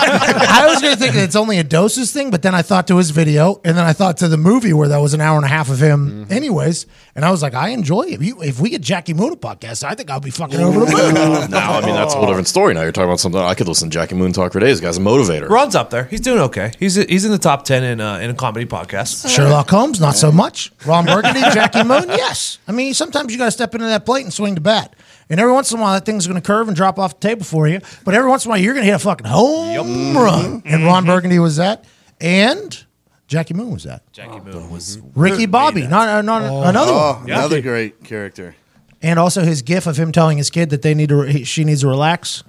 A: I was going to think that it's only a doses thing, but then I thought to his video, and then I thought to the movie where that was an hour and a half of him, anyways. And I was like, I enjoy it. You, if we get Jackie Moon a podcast, I think I'll be fucking over the moon.
J: now, I mean, that's a whole different story. Now you're talking about something. I could listen to Jackie Moon talk for days. The Guy's a motivator.
D: Ron's up there. He's doing okay. He's he's in the top ten in uh, in a comedy podcast.
A: Sherlock Holmes, not so much. Ron Burgundy, Jackie Moon, yes. I mean, sometimes you got to step into that plate and swing the bat. And every once in a while, that thing's going to curve and drop off the table for you. But every once in a while, you're going to hit a fucking home run.
J: Mm-hmm.
A: And Ron Burgundy was that. And Jackie Moon was that.
D: Jackie Moon was
A: Ricky Bobby, not, uh, not another one.
B: Oh, Another great character.
A: And also his gif of him telling his kid that they need to, re- he- she needs to relax.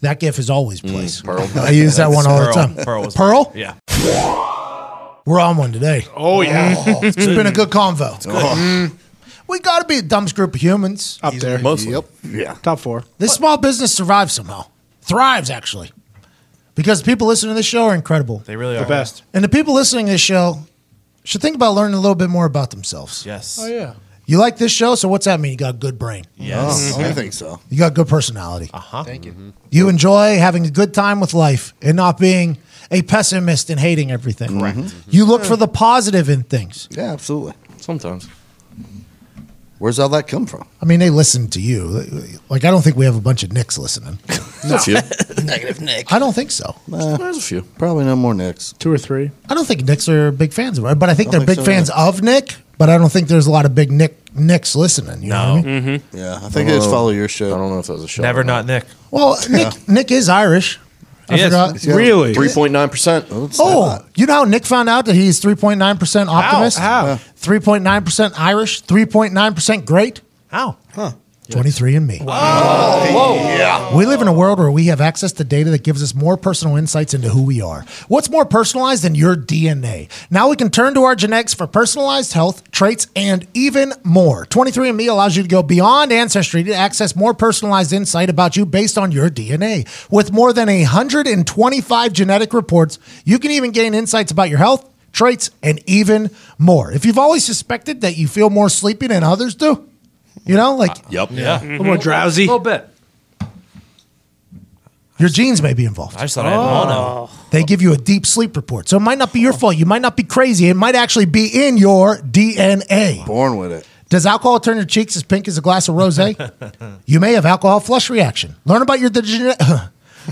A: That gif is always placed.
J: Mm, Pearl.
A: I use that one all the
J: Pearl.
A: time.
J: Pearl was-
A: Pearl?
D: Yeah.
A: We're on one today. Mm.
G: Oh yeah.
A: it's been a good convo.
G: good. Mm.
A: We got to be the dumbest group of humans.
G: Up there.
J: Mostly.
B: Yep. Yeah.
G: Top four.
A: This small business survives somehow, thrives actually, because people listening to this show are incredible.
D: They really
G: The
D: are
G: best.
A: And the people listening to this show should think about learning a little bit more about themselves.
D: Yes.
G: Oh yeah.
A: You like this show, so what's that mean? You got a good brain.
D: Yes.
B: Oh, I think so.
A: You got good
G: Uh,
A: personality.
D: Uh-huh.
B: Thank you.
A: You enjoy having a good time with life and not being a pessimist and hating everything. Correct. You look for the positive in things.
B: Yeah, absolutely.
J: Sometimes.
B: Where's all that come from?
A: I mean, they listen to you. Like, I don't think we have a bunch of Nicks listening.
J: A few.
B: Negative Nick.
A: I don't think so.
J: There's a few.
B: Eh, Probably no more Nicks.
G: Two or three.
A: I don't think Knicks are big fans of it, but I think
B: I
A: they're
B: don't
A: big
B: think so
A: fans of Nick. But I don't think there's a lot of big Nick Knicks listening. You know what I
D: Mm.
A: mean?
B: Yeah, I think I just
J: know.
B: follow your
J: I
B: show.
J: don't know if that was a show.
D: Never not Nick.
A: Well, Nick Nick is Irish. I
D: He is.
A: forgot.
G: Really?
D: Mm-hmm.
J: 3.9%.
B: It's
A: Oh, you know how Nick found out that he's 3.9% optimist?
D: How? How?
A: 3.9% Irish, 3.9% great,
D: How?
A: 23 and me. Wow. Yeah. We live in a world where we have access to data that gives us more personal insights into who we are. What's more personalized than your DNA? Now we can turn to our genetics for personalized health, traits, and even more. 23andMe allows you to go beyond ancestry to access more personalized insight about you based on your DNA. With more than 125 genetic reports, you can even gain insights about your health, traits, and even more. If you've always suspected that you feel more sleepy than others do, you know, like
J: Yep.
G: Mm-hmm. A little more drowsy.
H: A little bit.
A: your genes may be involved.
D: I just thought I had
A: Oh.
D: mono.
A: They give you a deep sleep report. So it might not be your fault. You might not be crazy. It might actually be in your DNA.
B: born with it.
A: Does alcohol turn your cheeks as pink as a glass of rosé? you may have alcohol flush reaction. Learn about your the gene-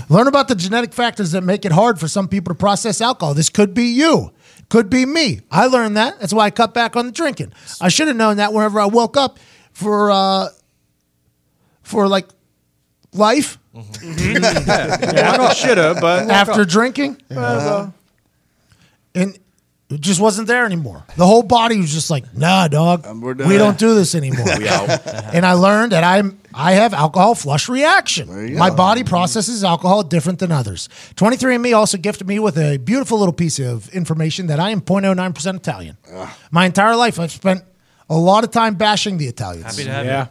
A: learn about the genetic factors that make it hard for some people to process alcohol. This could be you. Could be me. I learned that. That's why I cut back on the drinking. I should have known that whenever I woke up for uh for like life
G: I should have, but
A: after drinking.
B: Uh-huh.
A: Uh-huh. And it just wasn't there anymore. The whole body was just like, nah, dog.
B: we're done.
A: We don't do this anymore. and I learned that I'm I have alcohol flush reaction.
B: you
A: My
B: go.
A: body processes alcohol different than others. 23andMe also gifted me with a beautiful little piece of information that I am 0.09% Italian. My entire life I've spent a lot of time bashing the Italians.
D: Happy to have
G: yeah.
D: you.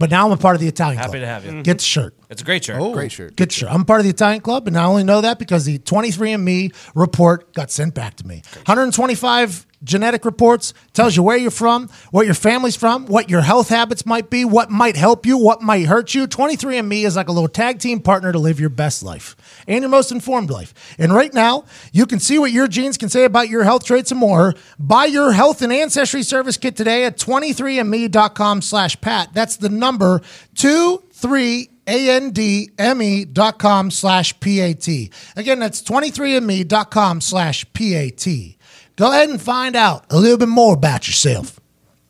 A: but now I'm a part of the Italian
D: Happy
A: club.
D: to have you.
A: Get the shirt.
D: It's a great shirt.
A: Oh.
B: Great shirt.
A: Good sure. I'm part of the Italian Club, and I only know that because the 23andMe report got sent back to me. 125 genetic reports tells you where you're from, what your family's from, what your health habits might be, what might help you, what might hurt you. 23andMe is like a little tag team partner to live your best life and your most informed life. And right now, you can see what your genes can say about your health traits and more. Buy your health and ancestry service kit today at 23andme.com slash pat. That's the number two three A-N-D-M-E E dot com slash P-A-T. Again, that's 23andme dot com slash P-A-T. Go ahead and find out a little bit more about yourself.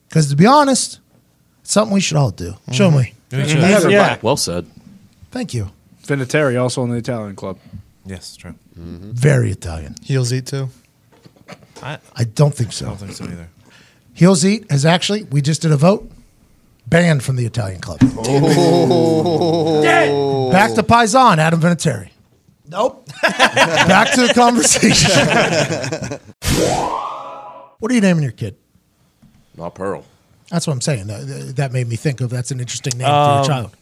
A: Because to be honest, it's something we should all do. Show
I: Mm-hmm.
A: me.
G: Everybody.
J: Well said.
A: Thank you.
G: Finateri also in the Italian club.
D: Yes, true.
A: Very Italian.
I: Heels eat too.
A: I don't think so.
D: I don't think so either.
A: Heels Eat has actually, we just did a vote, banned from the Italian club. Back to Paisan, Adam Vinatieri. Nope. Back to the conversation. what are you naming your kid?
J: Not Pearl.
A: That's what I'm saying. That, that made me think of that's an interesting name
D: Um,
A: for your child.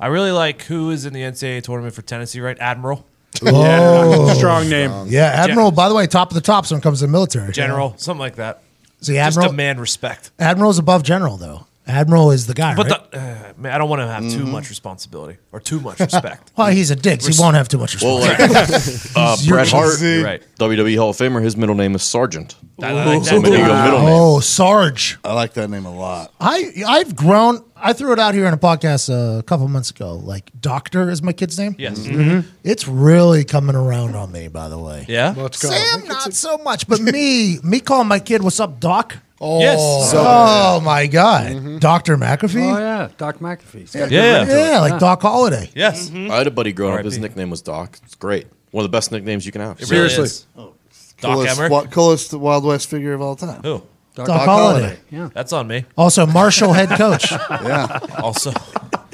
D: I really like who is in the NCAA tournament for Tennessee, right? Admiral,
G: Strong name.
A: Oh. Yeah, Admiral, by the way, top of the tops when it comes to the military.
D: General, something like that.
A: See,
D: Just
A: Admiral,
D: demand respect.
A: Admiral's above General, though. Admiral is the guy,
D: But
A: right?
D: the, uh, man, I don't want to have
B: Mm-hmm.
D: too much responsibility or too much respect.
A: well, he's a dick. so he won't have too much
J: Well,
A: responsibility.
J: like, uh, Bret Hart,
D: You're right.
J: WWE E Hall of Famer, his middle name is Sergeant.
D: I like
J: So maybe you
D: that.
J: go middle name.
A: Oh, Sarge.
B: I like that name a lot.
A: I I've grown. I threw it out here in a podcast uh, a couple months ago. Like Doctor is my kid's name.
D: Yes.
A: It's really coming around on me. By the way,
D: Yeah.
G: Let's go.
A: Sam not so much, but me me calling my kid "What's up, Doc." Oh,
D: Yes.
A: my God, Doctor McAfee.
H: Oh yeah, Doc McAfee. Yeah.
D: Yeah.
A: Yeah, like Doc Holliday.
D: Yes.
J: I had a buddy growing up. His nickname was Doc. It's great. One of the best nicknames you can have.
D: It really
G: Seriously.
D: is. Doc
B: coolest,
D: Emmer.
B: wa- coolest Wild West figure of all time.
D: Who?
A: Doc,
B: Doc
A: Holliday.
B: Holliday.
D: That's on me.
A: Also, Marshall head coach.
B: Yeah,
D: Also, also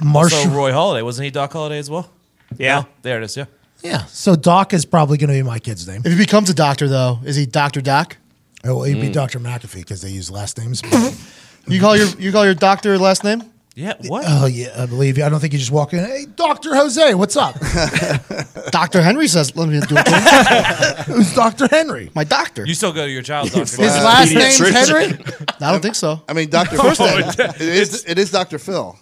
A: Marshall.
D: Roy Holiday. Wasn't he Doc Holiday as well?
C: Yeah.
D: No? There it is. Yeah.
A: Yeah. So Doc is probably going to be my kid's name.
I: If he becomes a doctor, though, is he Doctor Doc?
A: It will be Doctor McAfee because they use last names.
I: You call your you call your doctor last name?
D: Yeah, what?
A: Oh yeah, I believe you. I don't think you just walk in. Hey, Doctor Jose, what's up?
I: Doctor Henry says, "Let me do it."
A: Who's Doctor Henry?
I: My doctor.
D: You still go to your child's
I: You
D: doctor.
I: His
B: Uh,
I: last
B: name's
I: Henry? I don't think so.
B: I mean, Doctor.
I: No,
B: First,
I: it's-
B: it is it is Doctor Phil.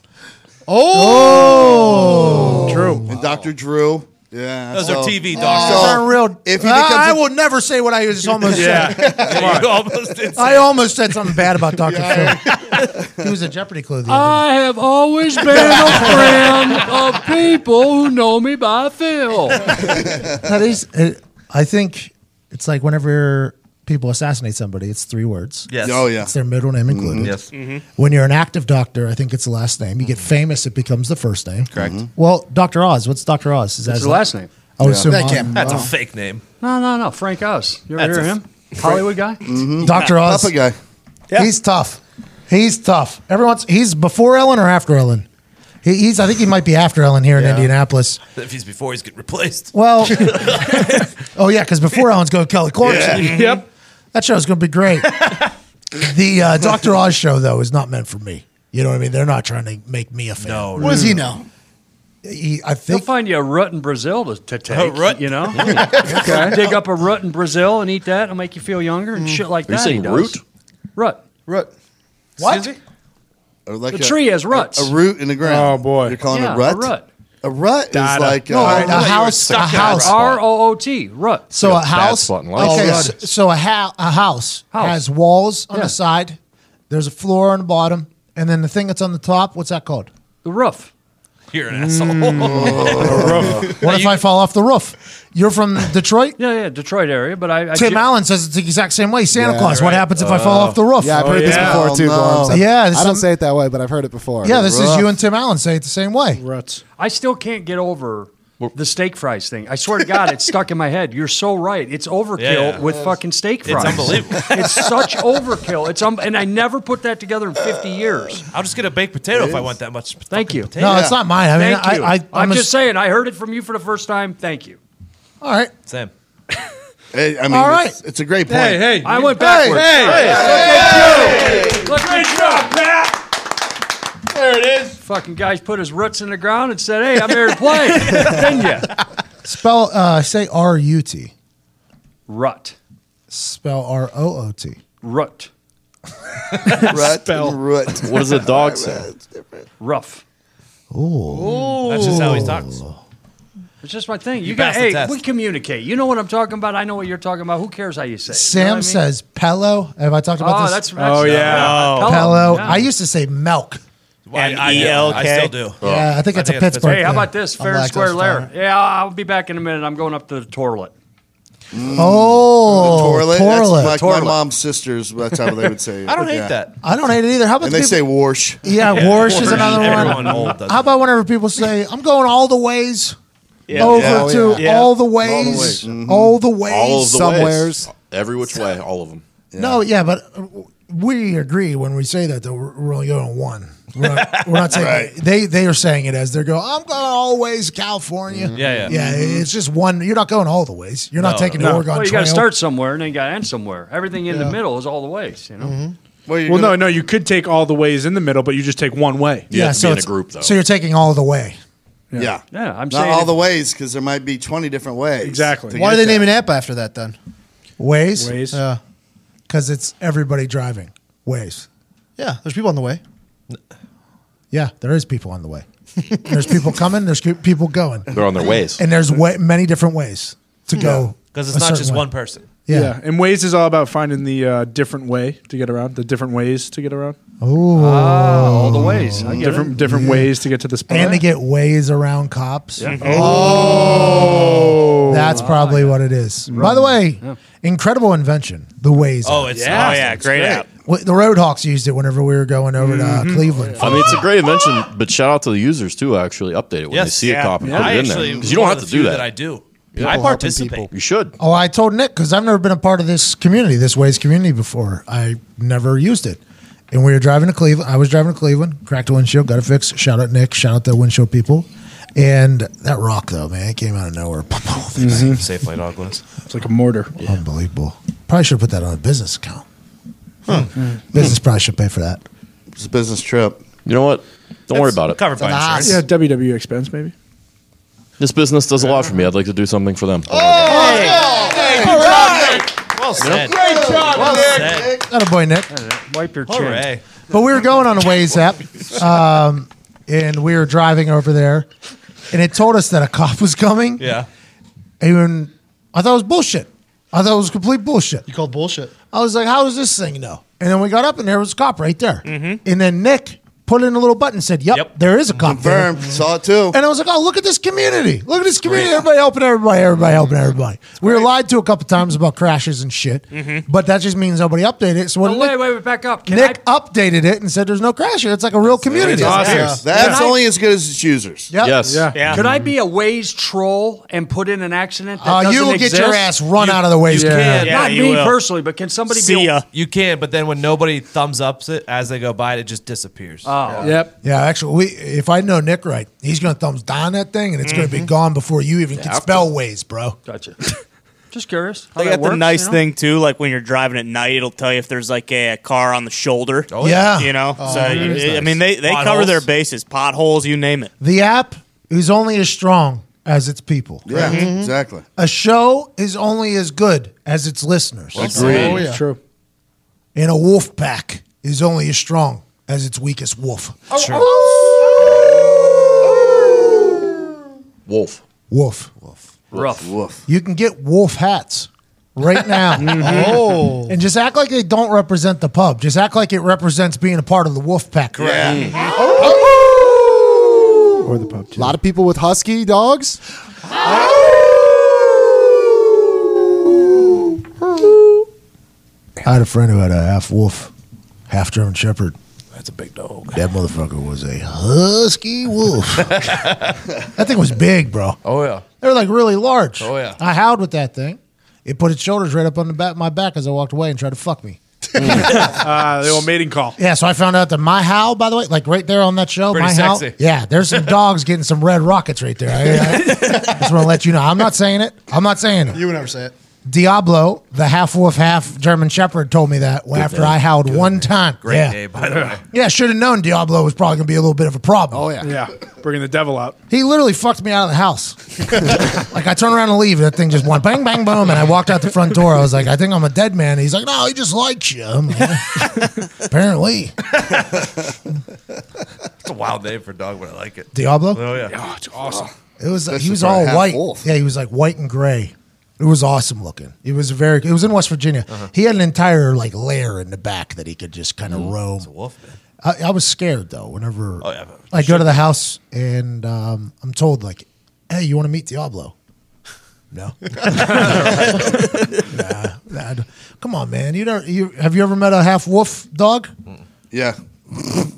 I: Oh,
B: Drew and Doctor Drew. Yeah,
D: Those
B: so-
D: are TV
B: so
D: doctors. Those
A: Oh,
D: aren't real-
B: If he
A: I-
B: becomes,
A: I
B: a-
A: will never say what I was almost
D: Yeah.
A: said.
D: You almost did say
A: I almost said something bad about Doctor Phil. he was a Jeopardy clue. The other
H: I have always been a friend of people who know me by Phil.
A: day. That is, it, I think it's like whenever people assassinate somebody, it's three words.
B: Yes. Oh, yeah.
A: It's their middle name included.
B: Yes. Mhm.
A: When you're an active doctor, I think it's the last name. You get famous, it becomes the first name.
D: Correct. Mhm.
A: Well, Doctor Oz. What's Doctor Oz? Is
H: Mm-hmm.
A: that
H: It's
A: his Oh,
H: the last name.
A: I would assume Oz-
D: That's a
A: Wow.
D: fake name.
H: No, no, no. Frank Oz. You ever
D: That's
H: hear
D: a-
H: him? Hollywood guy?
A: Doctor Oz.
B: Papa guy.
A: He's tough. He's tough. Everyone's he's before Ellen or after Ellen. He, he's I think he might be after Ellen here in Indianapolis.
D: If he's before, he's getting replaced.
A: Well, oh yeah, because before Ellen's going to Kelly Clarkson. Mm-hmm.
D: Yeah. Yep.
A: that show's going to be great. the uh, Doctor Oz show though is not meant for me. You know what I mean? They're not trying to make me a fan. No,
I: What
H: Mm.
I: does he know?
A: He, I
H: They'll
A: think
H: find you a root in Brazil to, to take.
A: A root?
H: You know?
A: Okay.
H: Dig up a root in Brazil and eat that. It'll make you feel younger and shit like
J: Are you
H: that.
J: saying
H: he does.
J: root?
H: Root. Root.
A: What?
B: or like
H: The tree has ruts.
B: A, root in the ground. Oh boy, you're calling
H: Yeah,
B: it rut.
H: a rut.
B: A rut is
H: Data.
B: like
H: No,
B: uh,
H: a house- a house. R O O T. Rut.
A: so. A house. Okay,
K: Oh,
A: so, so a, ha- a house,
H: House.
A: has walls on
H: Yeah.
A: the side. There's a floor on the bottom, and then the thing that's on the top. What's that called?
H: The roof.
D: You're an asshole.
A: What if I fall off the roof? You're from Detroit.
H: Yeah, yeah, Detroit area. But I, I
A: Tim
H: ju-
A: Allen says it's the exact same way. Santa
K: Yeah,
A: Claus. What
K: right.
A: happens if I fall
K: Oh.
A: off the roof?
K: Yeah, I've heard this before too, Gorms. I've-
A: Yeah, this
K: I
A: is
K: don't say it that way, but I've heard it before.
A: Yeah, this is you and Tim Allen say it the same way.
H: Ruts. I still can't get over the steak fries thing. I swear to God, it's stuck in my head. You're so right. It's overkill
D: Yeah.
H: with fucking steak
D: It's
H: fries.
D: unbelievable.
H: it's such overkill. It's um, and I never put that together in 50 years.
D: I'll just get a baked potato if I want that much. Thank
H: you.
A: No, it's not mine. I mean,
H: Thank you.
A: I- I- I'm
H: am
A: a-
H: just saying. I heard it from you for the first time. Thank you.
A: All right.
D: Same.
B: Hey, I mean,
H: All right.
B: it's, it's a great point.
H: Hey, hey. I went
B: backwards.
H: Hey,
B: hey,
H: Look at you. There it is. Fucking guys put his roots in the ground and said, "Hey, I'm here to play." Didn't ya?
A: Spell uh, say R U T.
H: Rut.
A: Spell R O O T.
H: Rut.
B: Rut.
H: Spell.
B: Rut.
J: What does a dog say?
H: Rough.
A: Ooh.
D: That's just how he talks.
H: It's just my thing. You,
D: You
H: got.
D: passed the
H: Hey,
D: test.
H: we communicate. You know what I'm talking about. I know what you're talking about. Who cares how you say? it? You know
A: Sam
H: what I mean?
A: says Pello. Have I talked about
H: Oh,
A: this?
H: that's- that's- Oh, yeah.
A: Pello.
H: Pello.
A: I used to say milk.
D: And I, I
C: ELK.
D: still do.
A: Yeah, I think it's a Pittsburgh.
H: Hey, how about this?
A: I'm
H: Fair and
A: lactose
H: square layer.
A: tolerant.
H: Yeah, I'll be back in a minute. I'm going up to the toilet.
A: Oh,
B: The toilet. That's
A: toilet.
B: like
A: Toilet.
B: my mom's sisters. That's how they would say it.
A: I don't hate
B: Yeah.
A: that. I don't hate it either. How about
B: And they
A: people-
B: say warsh.
A: Yeah,
B: Yeah,
A: Warsh is
B: Warsh.
A: another
B: Everyone
A: one.
B: old does
A: How about whenever people say, I'm going all the ways?
J: Yeah.
A: Over
J: Yeah.
A: to
J: Oh, yeah.
A: all the
J: All the
A: ways,
J: ways.
A: all the ways,
J: All of the ways. Every which way, all of them.
A: No, yeah, but uh, we agree when we say that though. We're we're only going one. We're not, we're not saying
J: Right.
A: they they are saying it as they're going. I'm going all the ways, to California.
H: Mhm. Yeah, yeah.
A: yeah.
I: Mm-hmm.
A: It's just one. You're not going all the ways. You're not
H: No,
A: taking
H: no.
A: Oregon.
H: Well, you got to
A: Trail.
H: start somewhere, and then you got to end somewhere. Everything in the middle is all the ways. You know.
A: Mm-hmm.
G: Well, no, no, you could take all the ways in the middle, but you just take one way.
A: it's- So you're taking all the way.
B: Yeah.
H: Yeah, I'm
B: Not
A: saying
B: all
A: if-
B: the ways because there might be 20 different ways. Exactly.
I: Why are they naming an app after that then?
A: Ways.
I: Ways.
A: Yeah. Because it's everybody driving. Ways.
I: Yeah, there's people on the way.
A: Yeah, there is people on the way. there's people coming. There's co- people going.
J: They're on their ways.
A: And there's way, many different ways to go.
D: Because
A: a
D: it's not
A: certain
D: just
A: way.
D: one person.
A: Yeah.
G: and ways is all about finding the uh, different way to get around, the different ways to get around.
A: Oh,
G: all
H: Ah, the ways. I get
G: different
H: it.
G: different
A: Yeah.
G: ways to get to the spot.
A: And they get ways around cops. Mm-hmm.
G: Yeah.
A: Oh, that's probably what it is. By the way,
C: Yeah.
A: incredible invention. The ways.
C: Oh,
A: app.
C: it's Yeah. awesome. Oh, yeah, It's great great. app.
A: W- The Roadhawks used it whenever we were going over to uh, Cleveland.
J: I mean, it's a great invention, but shout out to the users too. who Actually, update it when they
D: Yes,
J: see
D: yeah.
J: a cop and
D: Yeah.
J: put
D: I
J: it in there
D: actually
J: because
D: was
J: you don't
D: one
J: have
D: of
J: to
D: the
J: do
D: few
J: that.
D: that I do.
J: Yeah.
D: I
J: People helping
D: participate.
J: You should.
A: Oh, I told Nick because I've never been a part of this community, this ways community before. I never used it. And we were driving to Cleveland. I was driving to Cleveland, cracked a windshield, got it fixed. Shout out Nick. Shout out the windshield people. And that rock, though, man, it came out of nowhere.
D: Safe light Douglas.
G: It's like a mortar.
A: Unbelievable. Probably should put that on a business account. Business probably Hmm. should pay for that.
B: It's a business trip.
J: You know what? Don't worry
G: It's
J: about it.
G: covered by insurance. Yeah, WWE expense maybe.
J: This business does a lot for me. I'd like to do something for them.
D: Oh, Well
J: said.
A: Great
D: job,
A: Nick. That a boy, Nick.
H: Wipe your
D: chin. Hooray.
A: But we were going on a ways app, um, and we were driving over there, and it told us that a cop was coming.
D: Yeah.
A: Even I thought it was bullshit. I thought it was complete bullshit. You
I: called bullshit.
A: I was like, "How is this thing know?" And then we got up, and there was a cop right there. And then Nick put in a little button, and said, "Yep, there is a cop." there."
B: Confirmed. Saw it too.
A: And I was like, "Oh, look at this community! Look at this community! Everybody helping everybody! Everybody helping everybody!" We were lied to a couple times about crashes and shit,
H: Mhm.
A: but that just means nobody updated it. So when
H: No,
A: Nick
H: Oh, wait, wait, wait, back up. Can
A: Nick updated it and said there's no crash here. It's like a real community.
B: That's only as good as its users.
A: Yep. Yes. Yeah. Yeah.
H: Could I be a Waze troll and put in an accident? That
A: Uh,
H: doesn't
A: you will get your
H: exist?
A: ass run out of the way.
H: Yeah.
A: Karen.
H: Yeah, Not you me will. personally, but can somebody be a-
D: You can, but then when nobody thumbs ups it as they go by it, it just disappears.
J: Uh,
H: Oh,
A: Yeah, actually, we, if I know Nick right, he's going to thumbs down that thing and it's going to be
B: Mm-hmm.
C: Mhm.
A: gone before you even can
C: Yeah.
A: spell Waze, bro.
H: Gotcha. Just curious. How
C: They
H: that
C: got the
H: works,
C: nice
H: you know?
C: thing too, like when you're driving at night, it'll tell you if there's like a, a car on the shoulder. Oh
A: yeah.
C: you know.
A: Oh,
C: so
A: that
C: you-
A: is
C: I
A: nice.
C: mean, they, they cover
A: Potholes.
C: their bases, potholes, you name it.
A: The app is only as strong as its people.
B: Yeah, exactly.
A: A show is only as good as its listeners.
B: Well Agreed. said. Oh, yeah.
A: True. And a wolf pack is only as strong as its weakest wolf.
B: Oh.
J: Wolf.
A: Wolf.
J: Rough. Wolf.
A: You can get wolf hats right now.
J: Mhm.
I: Oh.
B: Mm-hmm.
A: And just act like they don't represent the pub. Just act like it represents being a part of the wolf pack.
I: Or the pub. A lot of people with husky dogs.
A: I had a friend who had a half wolf, half German Shepherd. That's a big dog. That motherfucker was a husky wolf. that thing was big, bro.
D: Oh yeah.
A: They were like really large.
D: Oh, yeah.
A: I howled with that thing. It put its shoulders right up on the back my back as I walked away and tried to fuck me.
G: uh, the old mating call.
A: Yeah, so I found out that my howl, by the way, like right there on that show,
G: Pretty
A: my howl.
G: sexy.
A: Yeah, there's some dogs getting some red rockets right there. I, I just want to let you know. I'm not saying it. I'm not saying it.
I: You would never say it.
A: Diablo, the half wolf, half German Shepherd, told me that after
I: day.
A: I howled one time.
G: Great
A: yeah.
G: day, by the way.
A: Yeah, should have known Diablo was probably going to be a little bit of a problem.
I: Oh,
G: Yeah, bringing the devil out.
A: He literally fucked me out of the house. like I turned around and leave, and that thing just went bang, bang, boom, and I walked out the front door. I was like, I think I'm a dead man. He's like, No, he just likes you. I'm like, Apparently,
D: It's a wild name for a dog, but I like it.
A: Diablo?
D: Oh yeah. Oh, it's awesome.
A: it was
D: Especially
A: he was
D: for a
A: all
D: half
A: white.
D: wolf.
A: Yeah, he was like white and gray. It was awesome looking. It was very. It was in West Virginia.
D: Uh-huh.
A: He had an entire like lair in the back that he could just kind
D: Mm.
A: of roam. I, I was scared though. Whenever
D: Oh, yeah,
A: I go to the house and um, I'm told like, "Hey, you want to meet Diablo?" No. nah, nah, I don't- Come on, man. You don't. You have you ever met a half wolf dog?
B: Yeah.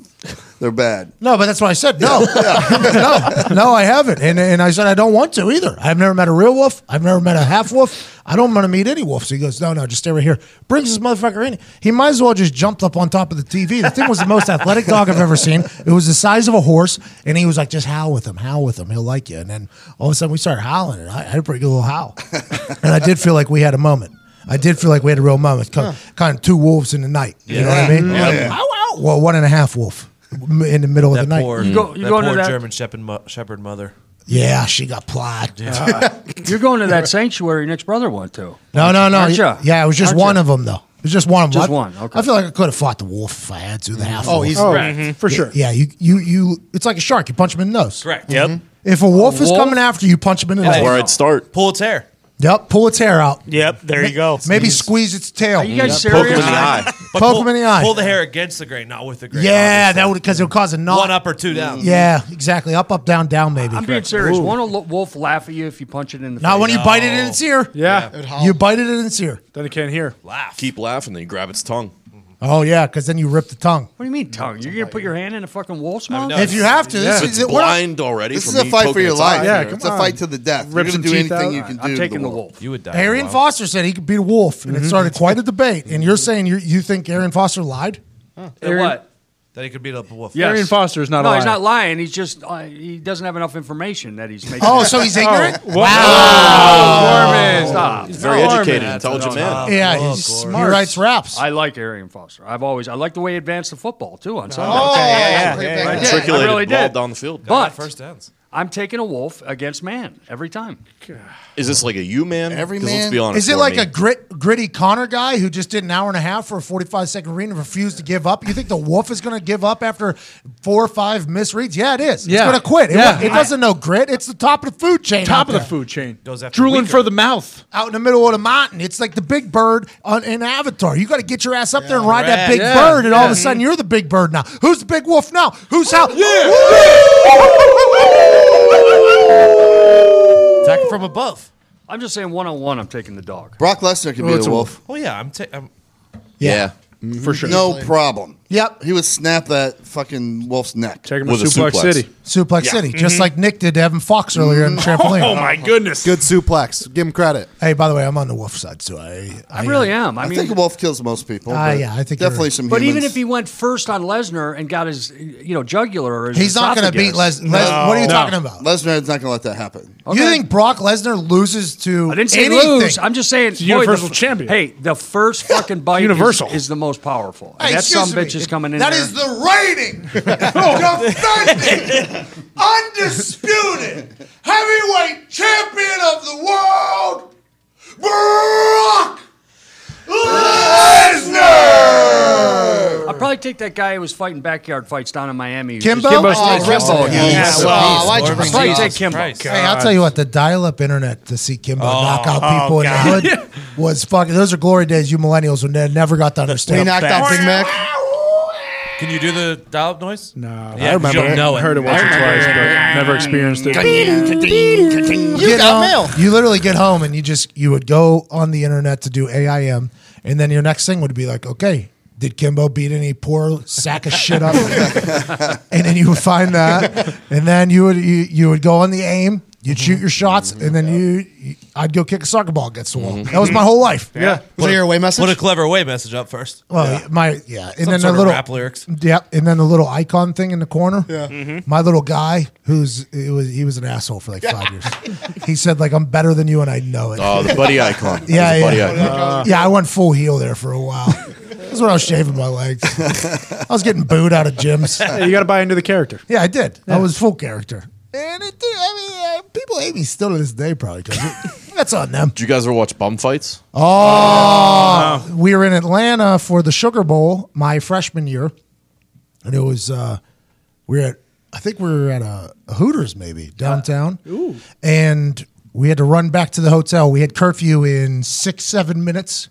B: They're bad.
A: No, but that's what I said. No, no, no, I haven't. And and I said I don't want to either. I've never met a real wolf. I've never met a half wolf. I don't want to meet any wolves. He goes, no, no, just stay right here. Brings this motherfucker in. He might as well just jumped up on top of the TV. The thing was the most athletic dog I've ever seen. It was the size of a horse, and he was like, just howl with him, howl with him. He'll like you. And then all of a sudden we started howling, and I, I had a pretty good little howl. And I did feel like we had a moment. I did feel like we had a real moment. Kind of, kind of two wolves in the night. You know what I mean?
D: Yeah.
A: Ow, ow. Well, one and a half wolf m- in the middle of the night.
D: Poor,
H: You go- you
D: that
H: go
D: poor
H: into that-
D: German shepherd, mo- shepherd mother.
A: Yeah, she got Uh, plied.
H: You're going to that sanctuary Nick's brother went to.
A: No, no, no.
H: Aren't ya?
A: Yeah, it was just
H: Aren't ya?
A: one of them, though. It was just one of them.
H: Just
A: I-
H: one, okay.
A: I feel like I could have fought the wolf if I had to. The half.
I: Oh,
A: wolf.
I: he's- Oh, Right.
G: Mm-hmm.
I: mhm, for
A: Yeah,
I: sure.
A: Yeah, you, you, you. It's like a shark. You punch him in the nose.
D: Correct. Yep.
A: If a wolf
D: A
A: is
D: wolf?
A: coming after you, punch him in the
D: That's
A: nose.
D: where I'd
J: start.
D: Pull its hair.
A: Yep, pull its hair out.
C: Yep, there you go.
A: Maybe squeeze its tail.
D: Are you guys
A: Yep.
D: Poke him in serious? the eye. But
A: Poke
D: pull-
A: him in the eye.
D: Pull the hair against the grain, not with the grain.
A: Yeah, that would because it would cause a knot.
D: One up or two down.
A: Yeah, exactly. Up, up, down, down. Maybe.
H: I'm being serious. Won't a lo- wolf laugh at you if you punch it in the face?
A: Not when you bite it in its ear.
H: Yeah.
A: You bite it in its ear.
G: Then it can't hear.
D: Laugh.
J: Keep laughing, then you grab its tongue.
A: Oh yeah, because then you rip the tongue.
H: What do you mean tongue? You're gonna put your hand in a fucking wolf's mouth?
A: know. If you have to, this
J: If
A: is-
J: it's
A: it- we're not-
J: blind already.
B: This
J: from
B: is a
J: me
B: fight for
J: poking
B: your
J: its
B: life.
J: eye.
B: Yeah, It's a fight to the death. You're gonna do anything you can do. to
H: You
D: would die.
A: Arian Foster said he could beat a Mm-hmm. wolf, and it started quite a debate. And you're saying you you think Arian Foster lied?
H: At what?
D: that he could beat up a wolf.
G: Yes. Arian Foster is not
H: no,
G: a
H: he's
G: liar.
H: not lying. He's just uh, he doesn't have enough information that he's making.
A: Oh, so he's ignorant?
H: Oh,
A: Wow.
H: wow. Gorman,
A: Oh.
H: stop.
A: He's very
H: Gorman.
A: educated,
H: That's
A: intelligent
H: what I'm
A: man.
H: talking
A: Yeah,
H: about.
A: he's Gorman. smart. Oh, He writes raps.
H: I like Arian Foster. I've always I like the way he advanced the football too on Sunday.
J: Oh,
H: Okay,
J: yeah, yeah,
H: I
J: yeah.
H: did.
J: Matriculated
H: I really
J: ball
H: did.
J: down the field. Got
H: But
J: that first downs.
H: I'm taking a wolf against man every time.
J: Is this like a you man?
H: Every
J: 'Cause Let's
H: man-
J: be honest.
A: Is it
J: for
A: like
J: me.
A: a grit, gritty Connor guy who just did an hour and a half for a 45 second read and refused to give up? You think the wolf is going to give up after four or five misreads? Yeah, it is. It's
G: Yeah.
A: going to quit. It,
G: Yeah.
A: it doesn't know grit. It's the top of the food chain. out
G: Top of the
A: there.
G: food chain.
D: Goes after
G: Drooling
D: weaker.
G: for the mouth.
A: Out in the middle of the mountain. It's like the big bird on, in Avatar. You got to get your ass up there and ride that
G: Right.
A: big
G: Yeah.
A: bird, and all of
G: Yeah.
A: a sudden you're the big bird now. Who's the big wolf now? Who's how?
D: Attacking from above.
H: I'm just saying one on one. I'm taking the dog.
B: Brock Lesnar could
H: Oh,
B: be
H: it's
B: the
H: a
B: wolf.
D: Oh yeah, I'm. Ta- I'm
B: Yeah.
H: For sure.
B: No
H: Easily.
B: problem.
A: Yep.
B: He would snap that fucking wolf's neck.
G: Take
A: him to With a Suplex suplex. City. Suplex City,
H: Mm-hmm.
A: just like Nick did to Evan Fox earlier in the trampoline.
H: Oh,
G: goodness.
K: Good suplex. Give him credit.
A: Hey, by the way, I'm on the wolf side, so I.
H: I really am. I
B: I,
H: mean-
B: think a wolf kills most people.
A: Ah,
B: but
A: yeah, I think you're
B: definitely
A: right.
B: some.
H: But even
B: humans.
H: if he went first on Lesnar and got his, you know, jugular, or his
A: He's not gonna
H: esophagus-
A: beat Les- Les- No. what are you No. talking about?
B: Lesnar's not going to let that happen.
A: You think Brock Lesnar loses to
H: I didn't say
A: anything?
H: lose. I'm just saying.
A: He's a
H: boy, the
A: universal
H: f-
A: champion.
H: Hey, the first fucking bite
A: universal.
H: Is, is the most powerful.
A: Hey,
H: And that
A: excuse
H: some
A: me.
H: bitch is coming in.
A: That
H: there.
A: is the rating, defending, undisputed heavyweight champion of the world, Brock Lesnar.
H: I'll probably take that guy who was fighting backyard fights down in Miami.
A: Kimbo?
H: Kimbo.
A: Oh,
H: Kimbo.
A: Kimbo.
H: Yeah.
A: Yeah,
H: Yeah.
A: well, why'd you
H: I'll
A: bring
H: probably
A: that
H: take
A: up?
H: Kimbo.
A: Hey, I'll tell you what, the dial up internet to see Kimbo
H: Oh.
A: knock
H: Oh,
A: out people in
H: God.
A: the hood was fucking. Those are glory days, you millennials, when they never got to understand.
D: the best.
A: Mac.
D: Can you do the dial-up noise? No,
G: I remember it.
D: know
G: Heard it once or twice, but never experienced it.
A: You home, You literally get home and you just you would go on the internet to do AIM, and then your next thing would be like, okay, did Kimbo beat any poor sack of shit up? and then you would find that, and then you would you, you would go on the aim. You'd shoot your shots, and then you, you- I'd go kick a soccer ball against the wall.
D: Mm-hmm.
A: That was my whole life.
D: Put a-
K: your away message?
D: Put a clever away message up first.
A: Well, my yeah, and
D: Some
A: then
D: sort
A: the
D: of
A: little
D: rap lyrics.
A: Yep, and then the little icon thing in the corner.
D: Yeah. Mhm.
A: My little guy, who's it was he was an asshole for like five years. He said like I'm better than you, and I know it.
J: Oh, the buddy icon.
A: yeah,
J: There's a buddy
A: yeah, Uh-huh.
J: icon.
A: yeah. I went full heel there for a while. That's when I was shaving my legs. I was getting booed out of gyms.
G: Yeah, you got to buy into the character.
A: Yeah, I did. I was full character. And it did. I mean, uh, people hate me still to this day, probably. 'cause it- that's on them.
J: Do you guys ever watch bum fights?
A: Oh, we were in Atlanta for the Sugar Bowl my freshman year, and it was uh, we were at I think we were at a, a Hooters maybe downtown,
J: Uh,
G: Ooh.
A: and we had to run back to the hotel. We had curfew in six seven minutes.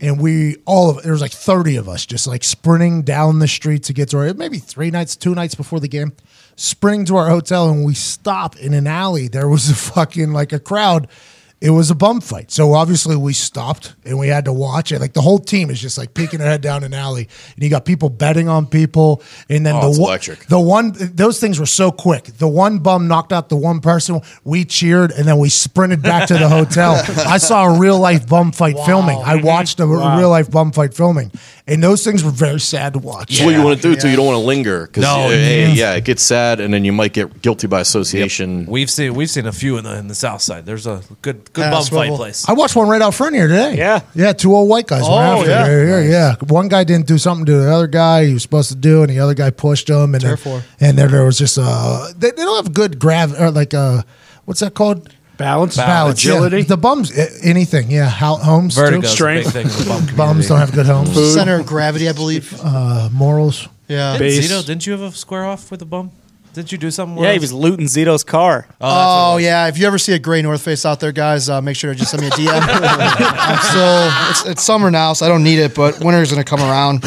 A: And we all of there was like thirty of us just like sprinting down the street to get to our maybe three nights, two nights before the game, sprinting to our hotel, and we stop in an alley. There was a fucking like a crowd it was a bum fight. So obviously we stopped and we had to watch it. Like the whole team is just like peeking their head down an alley, and you got people betting on people. And then
J: Oh, it's
A: the one,
J: electric.
A: the one, those things were so quick. The one bum knocked out the one person. We cheered and then we sprinted back to the hotel. I saw a real life bum fight filming. I watched a
J: Wow.
A: real life bum fight filming, and those things were very sad to watch.
J: It's what you want to do too. You don't want to linger because
D: No.
A: Mm-hmm.
J: yeah, it gets sad, and then you might get guilty by association.
D: We've seen we've seen a few in the in the South Side. There's a good good
A: Yeah,
D: bum
A: swivel.
D: fight place.
A: I watched one right out front here today. Yeah. Yeah, two old white guys.
D: Oh,
A: Oh,
D: yeah.
A: yeah. Yeah. One guy didn't do something to the other guy he was supposed to do, and the other guy pushed him. And,
K: Turf
A: then,
K: war.
A: and then there was just, uh, they, they don't have good grav, or like, uh, what's that called?
G: Balance,
A: Balance. yeah.
G: agility.
A: The bums, a- anything. Yeah. How, homes. too.
D: Vertigo's a big thing in the bum
A: Bums
D: community.
A: don't have good homes.
K: Center of gravity, I believe.
A: Uh, morals.
K: Yeah.
D: Didn't
K: Base.
D: Zito, didn't you have a square off with a bum? Didn't you do something?
K: Yeah, he was
D: looting Zito's car.
K: Oh, yeah. If you ever see a gray North Face out there, guys, uh, make sure to just send me a DM. I'm still, it's, it's summer now, so I don't need it, but winter's going to come around.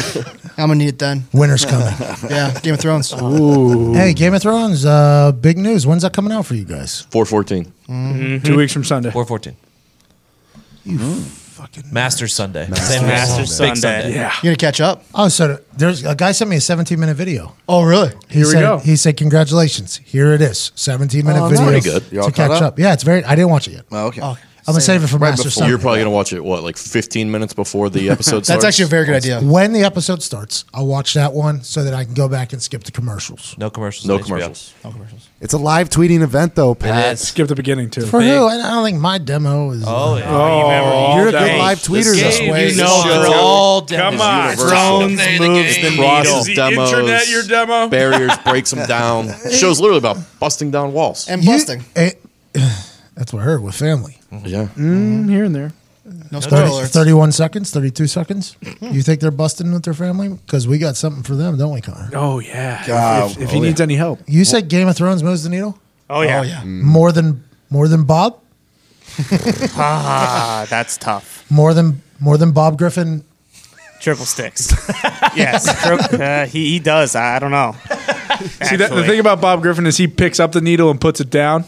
K: I'm going to need it then.
A: Winter's coming.
K: yeah, Game of Thrones.
A: Hey, Game of Thrones, uh, big news. When's that coming out for you guys?
J: Four fourteen.
A: Mhm.
G: Two weeks from Sunday.
D: Four fourteen.
A: You
D: Master Sunday.
A: Master
D: Same
A: Master
D: Sunday. Big
A: Sunday.
D: Sunday.
A: Yeah.
K: You going to catch up?
A: Oh, so there's a guy sent me a 17 minute video.
K: Oh, really?
A: He
K: Here we
A: said,
K: go.
A: He said, "Congratulations! Here it is, seventeen minute
K: Oh,
A: video.
K: nice. Pretty good.
A: to catch up. Yeah, it's very. I didn't watch it yet.
B: Oh, okay.
K: okay.
A: I'm gonna save it for Master Sunday.
J: You're probably going to watch it, what, like 15 minutes before the episode starts?
A: That's actually a very good idea. When the episode starts, I'll watch that one so that I can go back and skip the commercials.
D: No commercials.
J: No commercials.
A: No commercials.
L: It's a live tweeting event, though, Pat.
G: Skip the beginning too.
A: For who? I I don't think my demo is.
D: Oh, yeah.
A: Oh,
L: You're a good live tweeter.
A: This
L: though.
A: game,
L: Wade.
A: you know,
L: Show.
A: they're all
L: Come
A: demos.
L: on.
A: It's Drones
J: Universal.
A: moves the
J: Crosses
A: needle.
J: demos,
A: Is the internet your demo?
J: Barriers breaks them down. Show's literally about busting down walls.
A: And busting. that's what I heard with family.
J: Yeah.
G: Mm, here and there.
K: No
A: 30, 31 seconds, 32 seconds. You think they're busting with their family? Because we got something for them, don't we, Connor?
G: Oh yeah.
A: God.
G: if if, if he
A: Oh,
G: needs
A: yeah.
G: any help.
A: You said Game of Thrones moves the needle?
C: Oh yeah.
G: Mm.
A: More than more than Bob?
C: ah, that's tough.
A: More than more than Bob Griffin?
C: Triple sticks. yes. Tri- uh, he, he does. I, I don't know.
G: See, that, the
C: Actually.
G: thing about Bob Griffin is he picks up the needle and puts it down.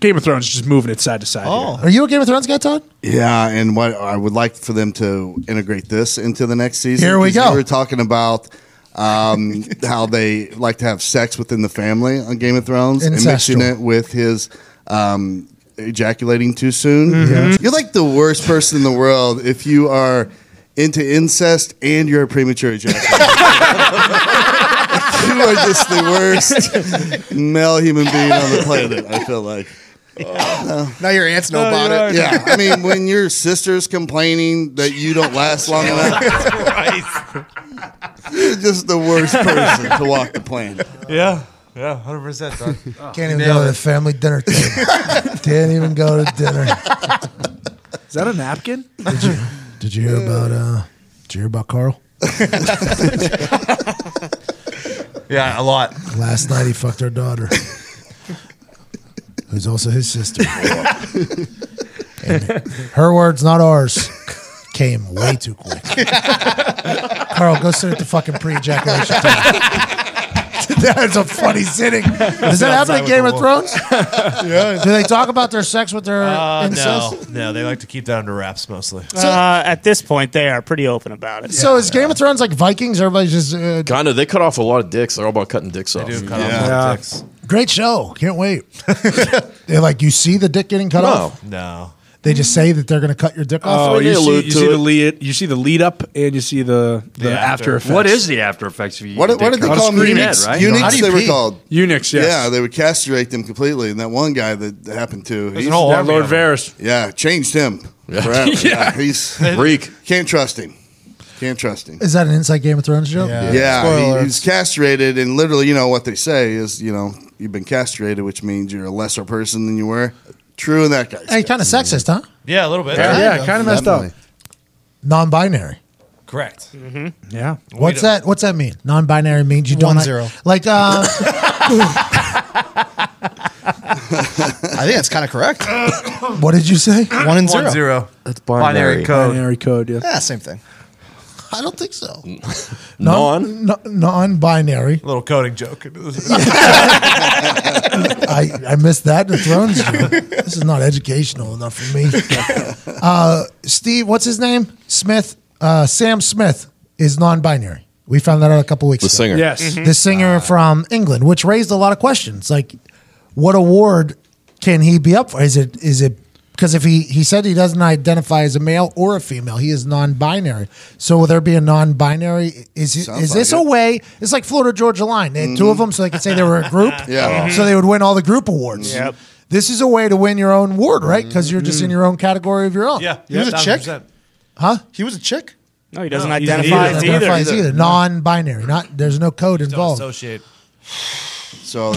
G: Game of Thrones is just moving it side to side. Oh,
A: Are you a Game of Thrones guy, Todd?
B: Yeah, and what I would like for them to integrate this into the next season.
A: Here we
B: 'cause
A: go.
B: We were talking about um, how they like to have sex within the family on Game of Thrones and
A: Incestual.
B: mixing it with his um, ejaculating too soon. Mm-hmm.
A: Mhm. Yeah.
B: You're like the worst person in the world if you are into incest and you're a premature ejaculator. you are just the worst male human being on the planet. I feel like.
K: Now your aunts know about it.
B: Yeah, I mean, when your sister's complaining that you don't last long enough, you're just the worst person to walk the planet.
D: Yeah. Yeah, hundred percent.
A: Can't even go to the family dinner table. Can't even go to dinner.
G: Is that a napkin?
A: Did you, did you hear about uh did you hear about Carl?
D: Yeah, a lot.
A: Last night he fucked our daughter. Who's also his sister. And her words, not ours, came way too quick. Carl, go sit at the fucking pre-ejaculation table. That's a funny sitting. Does that happen in Game of Thrones? yeah. Do they talk about their sex with their
D: Uh,
A: incest?
D: no, no, they like to keep that under wraps mostly.
C: uh, at this point, they are pretty open about it.
A: So is Game of Thrones like Vikings? Everybody's just uh,
J: Kind of. They cut off a lot of dicks. They're all about cutting dicks off.
D: do cut off a lot of Yeah. dicks.
A: great show. Can't wait. They're like you see the dick getting cut off.
D: No.
A: They just say that they're going to cut your dick off.
G: Oh, you see, you see the lead, you see the lead up, and you see the the after effects.
H: What is the after effects? Of you
G: What- what did they call them?
H: Scream
G: Eunuchs?
H: Ed, right?
G: Eunuchs
H: How do you
B: they were
H: pee?
B: called
G: eunuchs. Yes.
B: Yeah, they would castrate them completely, and that one guy that that happened to,
G: There's an whole Yeah, army Lord of them. Varys.
B: yeah, changed him. forever.
G: Yeah.
B: yeah. he's
J: Greek.
B: Can't trust him. Can't trust him.
A: Is that an inside Game of Thrones joke?
B: Yeah, he, he's castrated, and literally, you know what they say is, you know, you've been castrated, which means you're a lesser person than you were. True in that guy.
A: Hey, kind of sexist, huh?
D: Yeah, a little bit.
A: Yeah, yeah, kinda messed up. Non-binary.
D: Correct. Mm-hmm.
G: Yeah.
A: What's that? What's that mean? Non-binary means you don't
K: One
A: like,
K: zero.
A: like. Uh,
K: I think that's kind of correct.
A: what did you say?
K: One and zero. One zero.
J: That's
K: binary. Binary
D: Oh.
K: code.
G: Binary code. Yeah.
K: Yeah, same thing.
A: I don't think so.
D: Non?
A: non non-binary.
D: Little coding joke.
A: I, I missed that in the Thrones. joke. This is not educational enough for me. Uh, Steve, what's his name? Smith. Uh, Sam Smith is non-binary. We found that out a couple weeks
J: The
A: ago.
J: singer. Yes.
B: Mm-hmm.
J: Mhm.
A: the singer from England, which raised a lot of questions. Like, what award can he be up for? Is it is it because if he he said he doesn't identify as a male or a female, he is non-binary. So will there be a non-binary? Is is
B: Sounds
A: this
B: like Mm-hmm.
A: a way? It's like Florida Georgia Line. They had two of them, so they could say they were a group.
B: Yeah.
A: So they would win all the group awards.
B: Yep.
A: This is a way to win your own award, right? Because you're just in your own category of your own.
D: Yeah.
K: He was a chick?
A: Huh?
K: He was a chick?
C: No, he doesn't
A: No,
C: identify as
A: Doesn't identify as
C: either.
A: either. Non-binary. Not there's no code involved.
D: associate.
B: So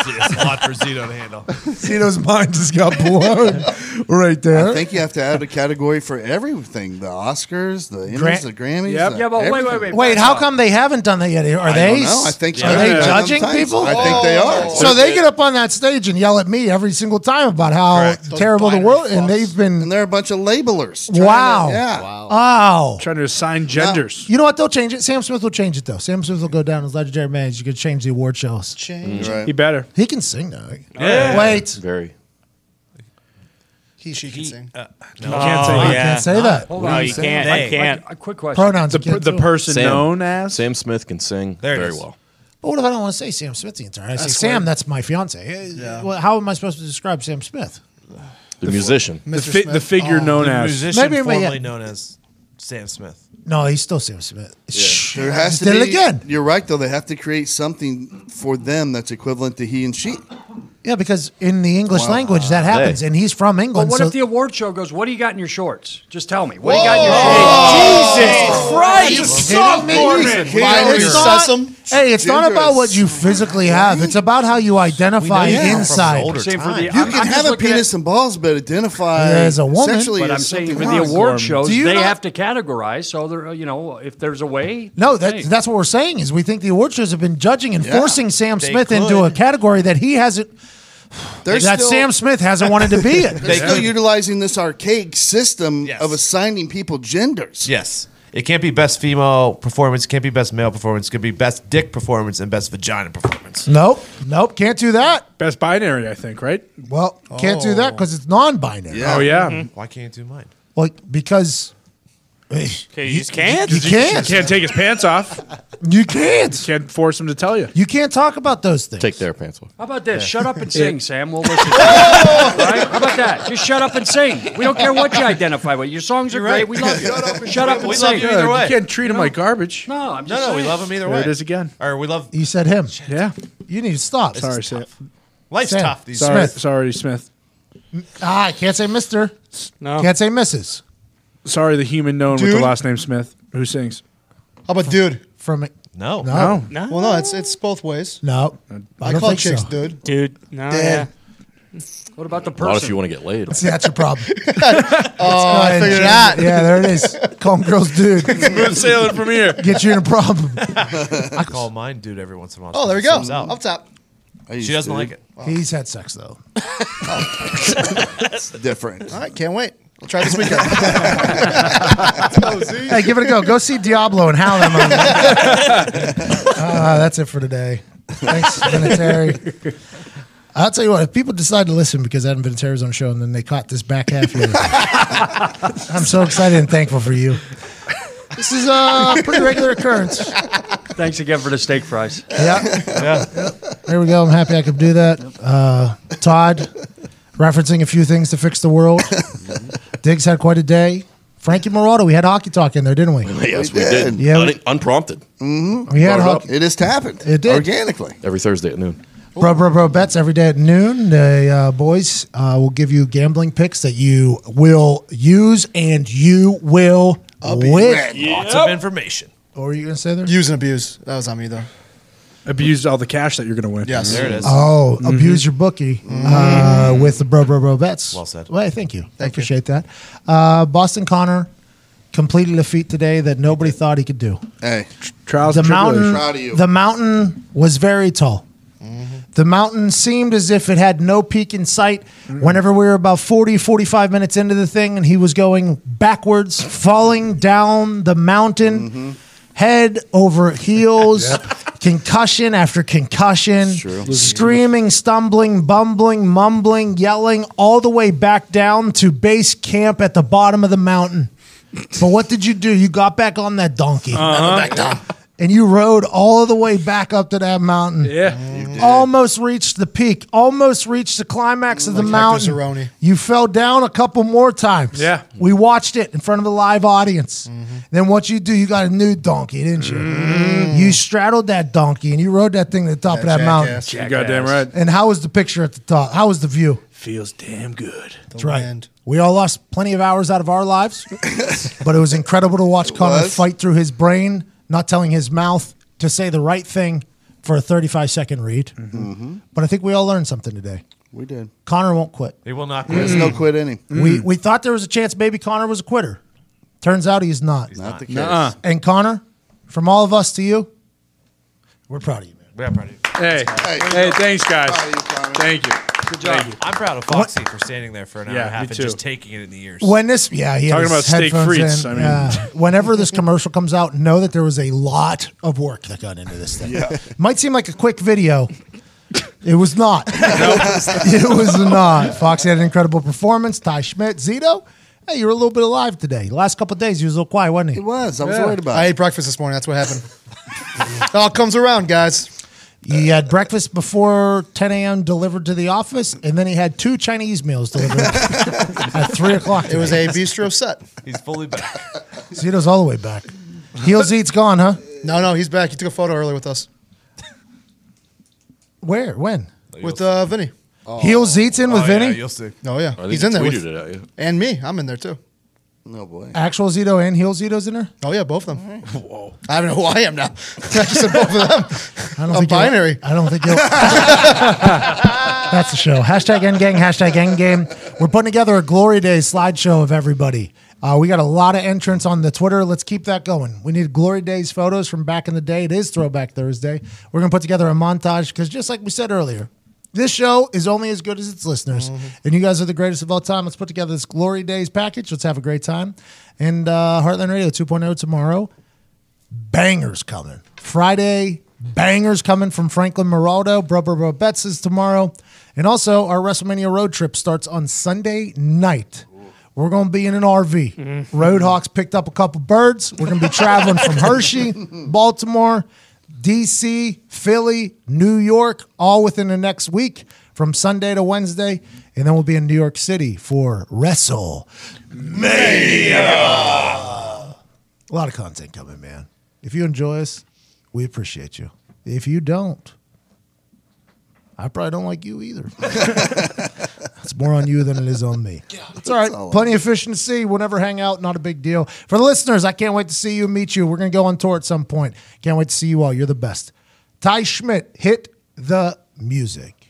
D: It's a lot for Zito to handle.
A: Zito's mind just got blown right there.
B: I think you have to add a category for everything: the Oscars, the Emmys,
A: Grant-
B: the Grammys.
A: Yep.
B: the
A: Yeah, but wait, wait,
B: everything.
A: Wait, how come they haven't done that yet? Are
B: I
A: they?
B: don't know. I think
A: are
B: so.
A: they
B: Yeah.
A: judging
B: Sometimes.
A: people? Oh.
B: I think they are.
A: So they get up on that stage and yell at me every single time about how terrible the world, and they've been. And
B: they're a bunch of labelers. trying to-
A: Wow.
B: yeah.
A: Wow. Wow.
G: Trying to assign genders.
A: You know what? They'll change it. Sam Smith will change it though. Sam Smith will go down as legendary man. You could change the award shows.
K: Change.
G: it. He better.
A: He can sing though.
G: Yeah.
A: Wait.
J: Very.
K: He, she can sing.
G: You can't say
A: Oh,
G: that.
A: I can't say that.
G: Hold
A: What
G: on.
A: are
G: No, you
A: saying?
G: can't. I can't.
H: Like, a quick question.
A: Pronouns.
G: The
A: you can't
G: per- the
A: do.
G: person Sam. known as?
J: Sam Smith can sing
A: There it
J: very
A: is.
J: well.
A: But what if I don't want to say Sam Smith the entire? time? I say
K: That's
A: Sam.
K: weird.
A: That's my fiance. Uh, Well, how am I supposed to describe Sam Smith?
J: The musician.
G: The, fi- Oh, the figure
A: Oh,
G: known
D: the
G: as
D: musician
A: Maybe, but yeah.
D: formerly known as Sam Smith.
A: No, he's still Sam Smith. Shit.
B: There has to
A: Did
B: be
A: it again.
B: You're right though. They have to create something for them that's equivalent to he and she.
A: Yeah, because in the English
B: Wow.
A: language that happens,
B: Hey.
A: and he's from
H: But
A: England.
H: what
A: so
H: if the award show goes, What do you got in your shorts? Just tell me. What do you got in your shorts?
A: Jesus Christ,
H: You
A: it's
H: kidding
A: not-
H: me?
A: It's not- Hey, it's not about what you physically have. It's about how you identify
B: you come from an
A: inside.
B: older
H: Same for the-
B: you
H: I'm- I'm
B: can
H: just
B: have a
H: looking
B: penis and balls, but identify
A: As a woman.
B: Sexually
H: But
B: as
H: I'm saying for
B: something
H: the
B: else.
H: award shows,
A: Do you
H: they
A: not-
H: have to categorize. So there, you know, if there's a way,
A: No, that, that's what we're saying is we think the award shows have been judging and
H: Yeah.
A: forcing Sam
H: They
A: Smith into a category that he hasn't.
B: They're
A: that
B: still-
A: Sam Smith hasn't wanted to be in.
B: They're still utilizing this archaic system of assigning people genders.
D: Yes. It can't be best female performance, can't be best male performance, it could be best dick performance and best vagina performance.
A: Nope, nope, can't do that.
G: Best binary, I think, right?
A: Well, can't do
B: Oh.
A: that because it's non-binary.
G: Oh yeah.
D: Why can't you do mine?
A: Like because. Because
G: you,
C: just can't.
A: You can't.
G: You can't take his pants off.
A: You can't.
G: You can't force him to tell you.
A: You can't talk about those things.
J: Take their pants off.
H: How about this?
J: Yeah.
H: Shut up and
J: Yeah.
H: sing, Sam. We'll listen. right? How about that? Just shut up and sing. We don't care what you identify with. Your songs are great. We love you. Shut up and, sing.
G: You can't treat him like garbage.
H: No, I'm
D: No,
H: just
D: no, we
H: saying.
D: love him either
G: There
D: way.
G: it is again.
D: Or we love
A: You said him.
G: Yeah.
A: You need to stop.
D: This
G: Sorry,
D: is
G: Sam.
D: Life's
A: Sam.
D: tough these
G: Sorry,
D: days.
G: sorry, Smith.
A: Ah, I can't say Mister.
C: Oh.
G: No.
A: Can't say Mrs.
G: Sorry, the human known with
K: Dude.
G: the last name Smith who sings.
K: How about Oh, dude?
A: From it.
D: No.
K: No.
G: No.
K: Well, no, it's it's both ways.
A: No.
K: I, call chicks dude.
C: Dude, no,
K: Dad.
H: What about the person?
J: Not if you want to get laid.
A: See, that's your problem.
K: Oh, I
A: Let's go
K: figured it
A: ahead.
K: out.
A: Yeah, there it is. Call 'em girls, dude.
D: Smooth sailing from here.
A: Get you in a problem.
D: I call mine dude every once in a while.
K: Oh, there we go. Up top.
D: She doesn't like it.
A: He's had sex though.
B: It's different.
K: All right, can't wait. I'll try this weekend. Tozy.
A: hey, give it a go. Go see Diablo and howl at him. uh, that's it for today. Thanks, Vinatieri. I'll tell you what, if people decide to listen because Adam Vinatieri's on the show and then they caught this back half here, I'm so excited and thankful for you. This is a pretty regular occurrence.
H: Thanks again for the steak fries.
A: Yeah. There we go. I'm happy I could do that. Uh, Todd referencing a few things to fix the world. Diggs had quite a day. Frankie Morata, we had hockey talk in there, didn't we?
J: yes, we did.
A: Yeah, we-
J: Un- unprompted.
A: Mm-hmm. We had
J: Brought it
A: hockey.
J: up. It
B: just happened.
A: It did.
B: Organically.
J: Every Thursday at noon.
A: Bro, bro, bro, bets every day at noon. The uh, boys uh, will give you gambling picks that you will use and you will win.
D: Lots of information.
A: What were you going to say there?
K: Use and abuse. That was on me though.
G: Abused all the cash that you're going to win.
K: Yes. There it is.
A: Oh,
G: Mhm.
A: abuse your bookie uh, with the bro, bro, bro bets.
G: Well said.
A: Well, hey, thank you. I appreciate that. Uh, Boston Connor completed a feat today that nobody thought he could do.
B: Hey,
G: trials.
A: the
G: and
A: mountain,
G: tribulations.
A: the mountain was very tall. The mountain seemed as if it had no peak in sight.
G: Mm.
A: Whenever we were about 40, 45 minutes into the thing, and he was going backwards, falling down the mountain, head over heels, concussion after concussion, screaming, stumbling, bumbling, mumbling, yelling, all the way back down to base camp at the bottom of the mountain. But what did you do? You got back on that donkey
G: Uh-huh.
A: and you rode all the way back up to that mountain. Mm.
G: Yeah.
A: Almost reached the peak, almost reached the climax of the mountain. You fell down a couple more times.
G: Yeah.
A: We watched it in front of a live audience. Then what you do, you got a new donkey, didn't you? You straddled that donkey and you rode that thing to the top of Mm. that
G: jackass.
A: mountain.
G: You goddamn right.
A: And how was the picture at the top? How was the view?
G: Feels damn good.
A: That's right. We all lost plenty of hours out of our lives, but it was incredible to watch Connor
B: was.
A: fight through his brain, not telling his mouth to say the right thing for a 35 second read. Mm-hmm. But I think we all learned something today.
B: We did.
A: Connor won't quit.
D: He will not
B: There's
K: Mm-hmm.
B: no quit in him.
K: Mm.
A: We, we thought there was a chance maybe Connor was a quitter. Turns out he's not.
B: Not the case.
G: Nuh-uh.
A: And Connor, from all of us to you, we're proud of you.
D: We are proud of you.
G: Hey, hey, thanks, guys. Thank you. Good
D: job.
G: you.
D: I'm proud of Foxy for standing there for an hour
G: Yeah,
D: and a half
G: me
D: and
G: too.
D: just taking it in the ears.
A: When this, yeah, he had
G: Talking
A: his
G: about steak
A: headphones
G: frites,
A: in.
G: I mean-
A: Yeah. whenever this commercial comes out, know that there was a lot of work that got into this thing.
G: Yeah.
A: Might seem like a quick video. It was not. it was not. Fox had an incredible performance. Ty Schmidt, Zito. Hey, you were a little bit alive today. The last couple of days, you was a little quiet, wasn't he? He
B: was. I
K: I ate breakfast this morning. That's what happened. it all comes around, guys.
A: He had breakfast before 10 a.m. delivered to the office, and then he had two Chinese meals delivered at 3 o'clock.
K: It was
A: today.
K: a bistro set.
D: He's fully back.
A: Zito's all the way back. Heels Eat's gone, huh?
K: No, no, he's back. He took a photo earlier with us.
A: Where? When?
K: With uh, Vinny.
A: Heels Eat's in with Vinny?
K: Oh yeah,
A: I think
K: he's in
A: he
K: there.
A: tweeted
K: with-
A: it at you.
K: And me, I'm in there too.
B: No Oh, boy.
A: Actual Zito and Heel Zito's in there?
K: Oh yeah, both of them. Whoa. I don't know who I am now. I just said both of them.
A: I don't
K: I'm
A: think you'll-
K: binary.
A: I don't think you'll. That's the show. Hashtag end gang, hashtag end game. We're putting together a glory day slideshow of everybody. Uh, we got a lot of entrants on the Twitter. Let's keep that going. We need glory days photos from back in the day. It is Throwback Thursday. We're going to put together a montage because, just like we said earlier, this show is only as good as its listeners. And you guys are the greatest of all time. Let's put together this glory days package. Let's have a great time. And uh, Heartland Radio 2.0 tomorrow bangers coming. Friday, bangers coming from Franklin Moraldo. Bro, bro, bro, Betts is tomorrow. And also, our WrestleMania road trip starts on Sunday night. We're going to be in an RV. Roadhawks picked up a couple birds. We're going to be traveling from Hershey, Baltimore, DC, Philly, New York, all within the next week from Sunday to Wednesday. And then we'll be in New York City for Wrestle. A lot of content coming, man. If you enjoy us, we appreciate you. If you don't, I probably don't like you either. it's more on you than it is on me. It's all right. Plenty of fish to see. We'll never hang out. Not a big deal. For the listeners, I can't wait to see you and meet you. We're going to go on tour at some point. Can't wait to see you all. You're the best. Ty Schmidt, hit the music.
C: Oh.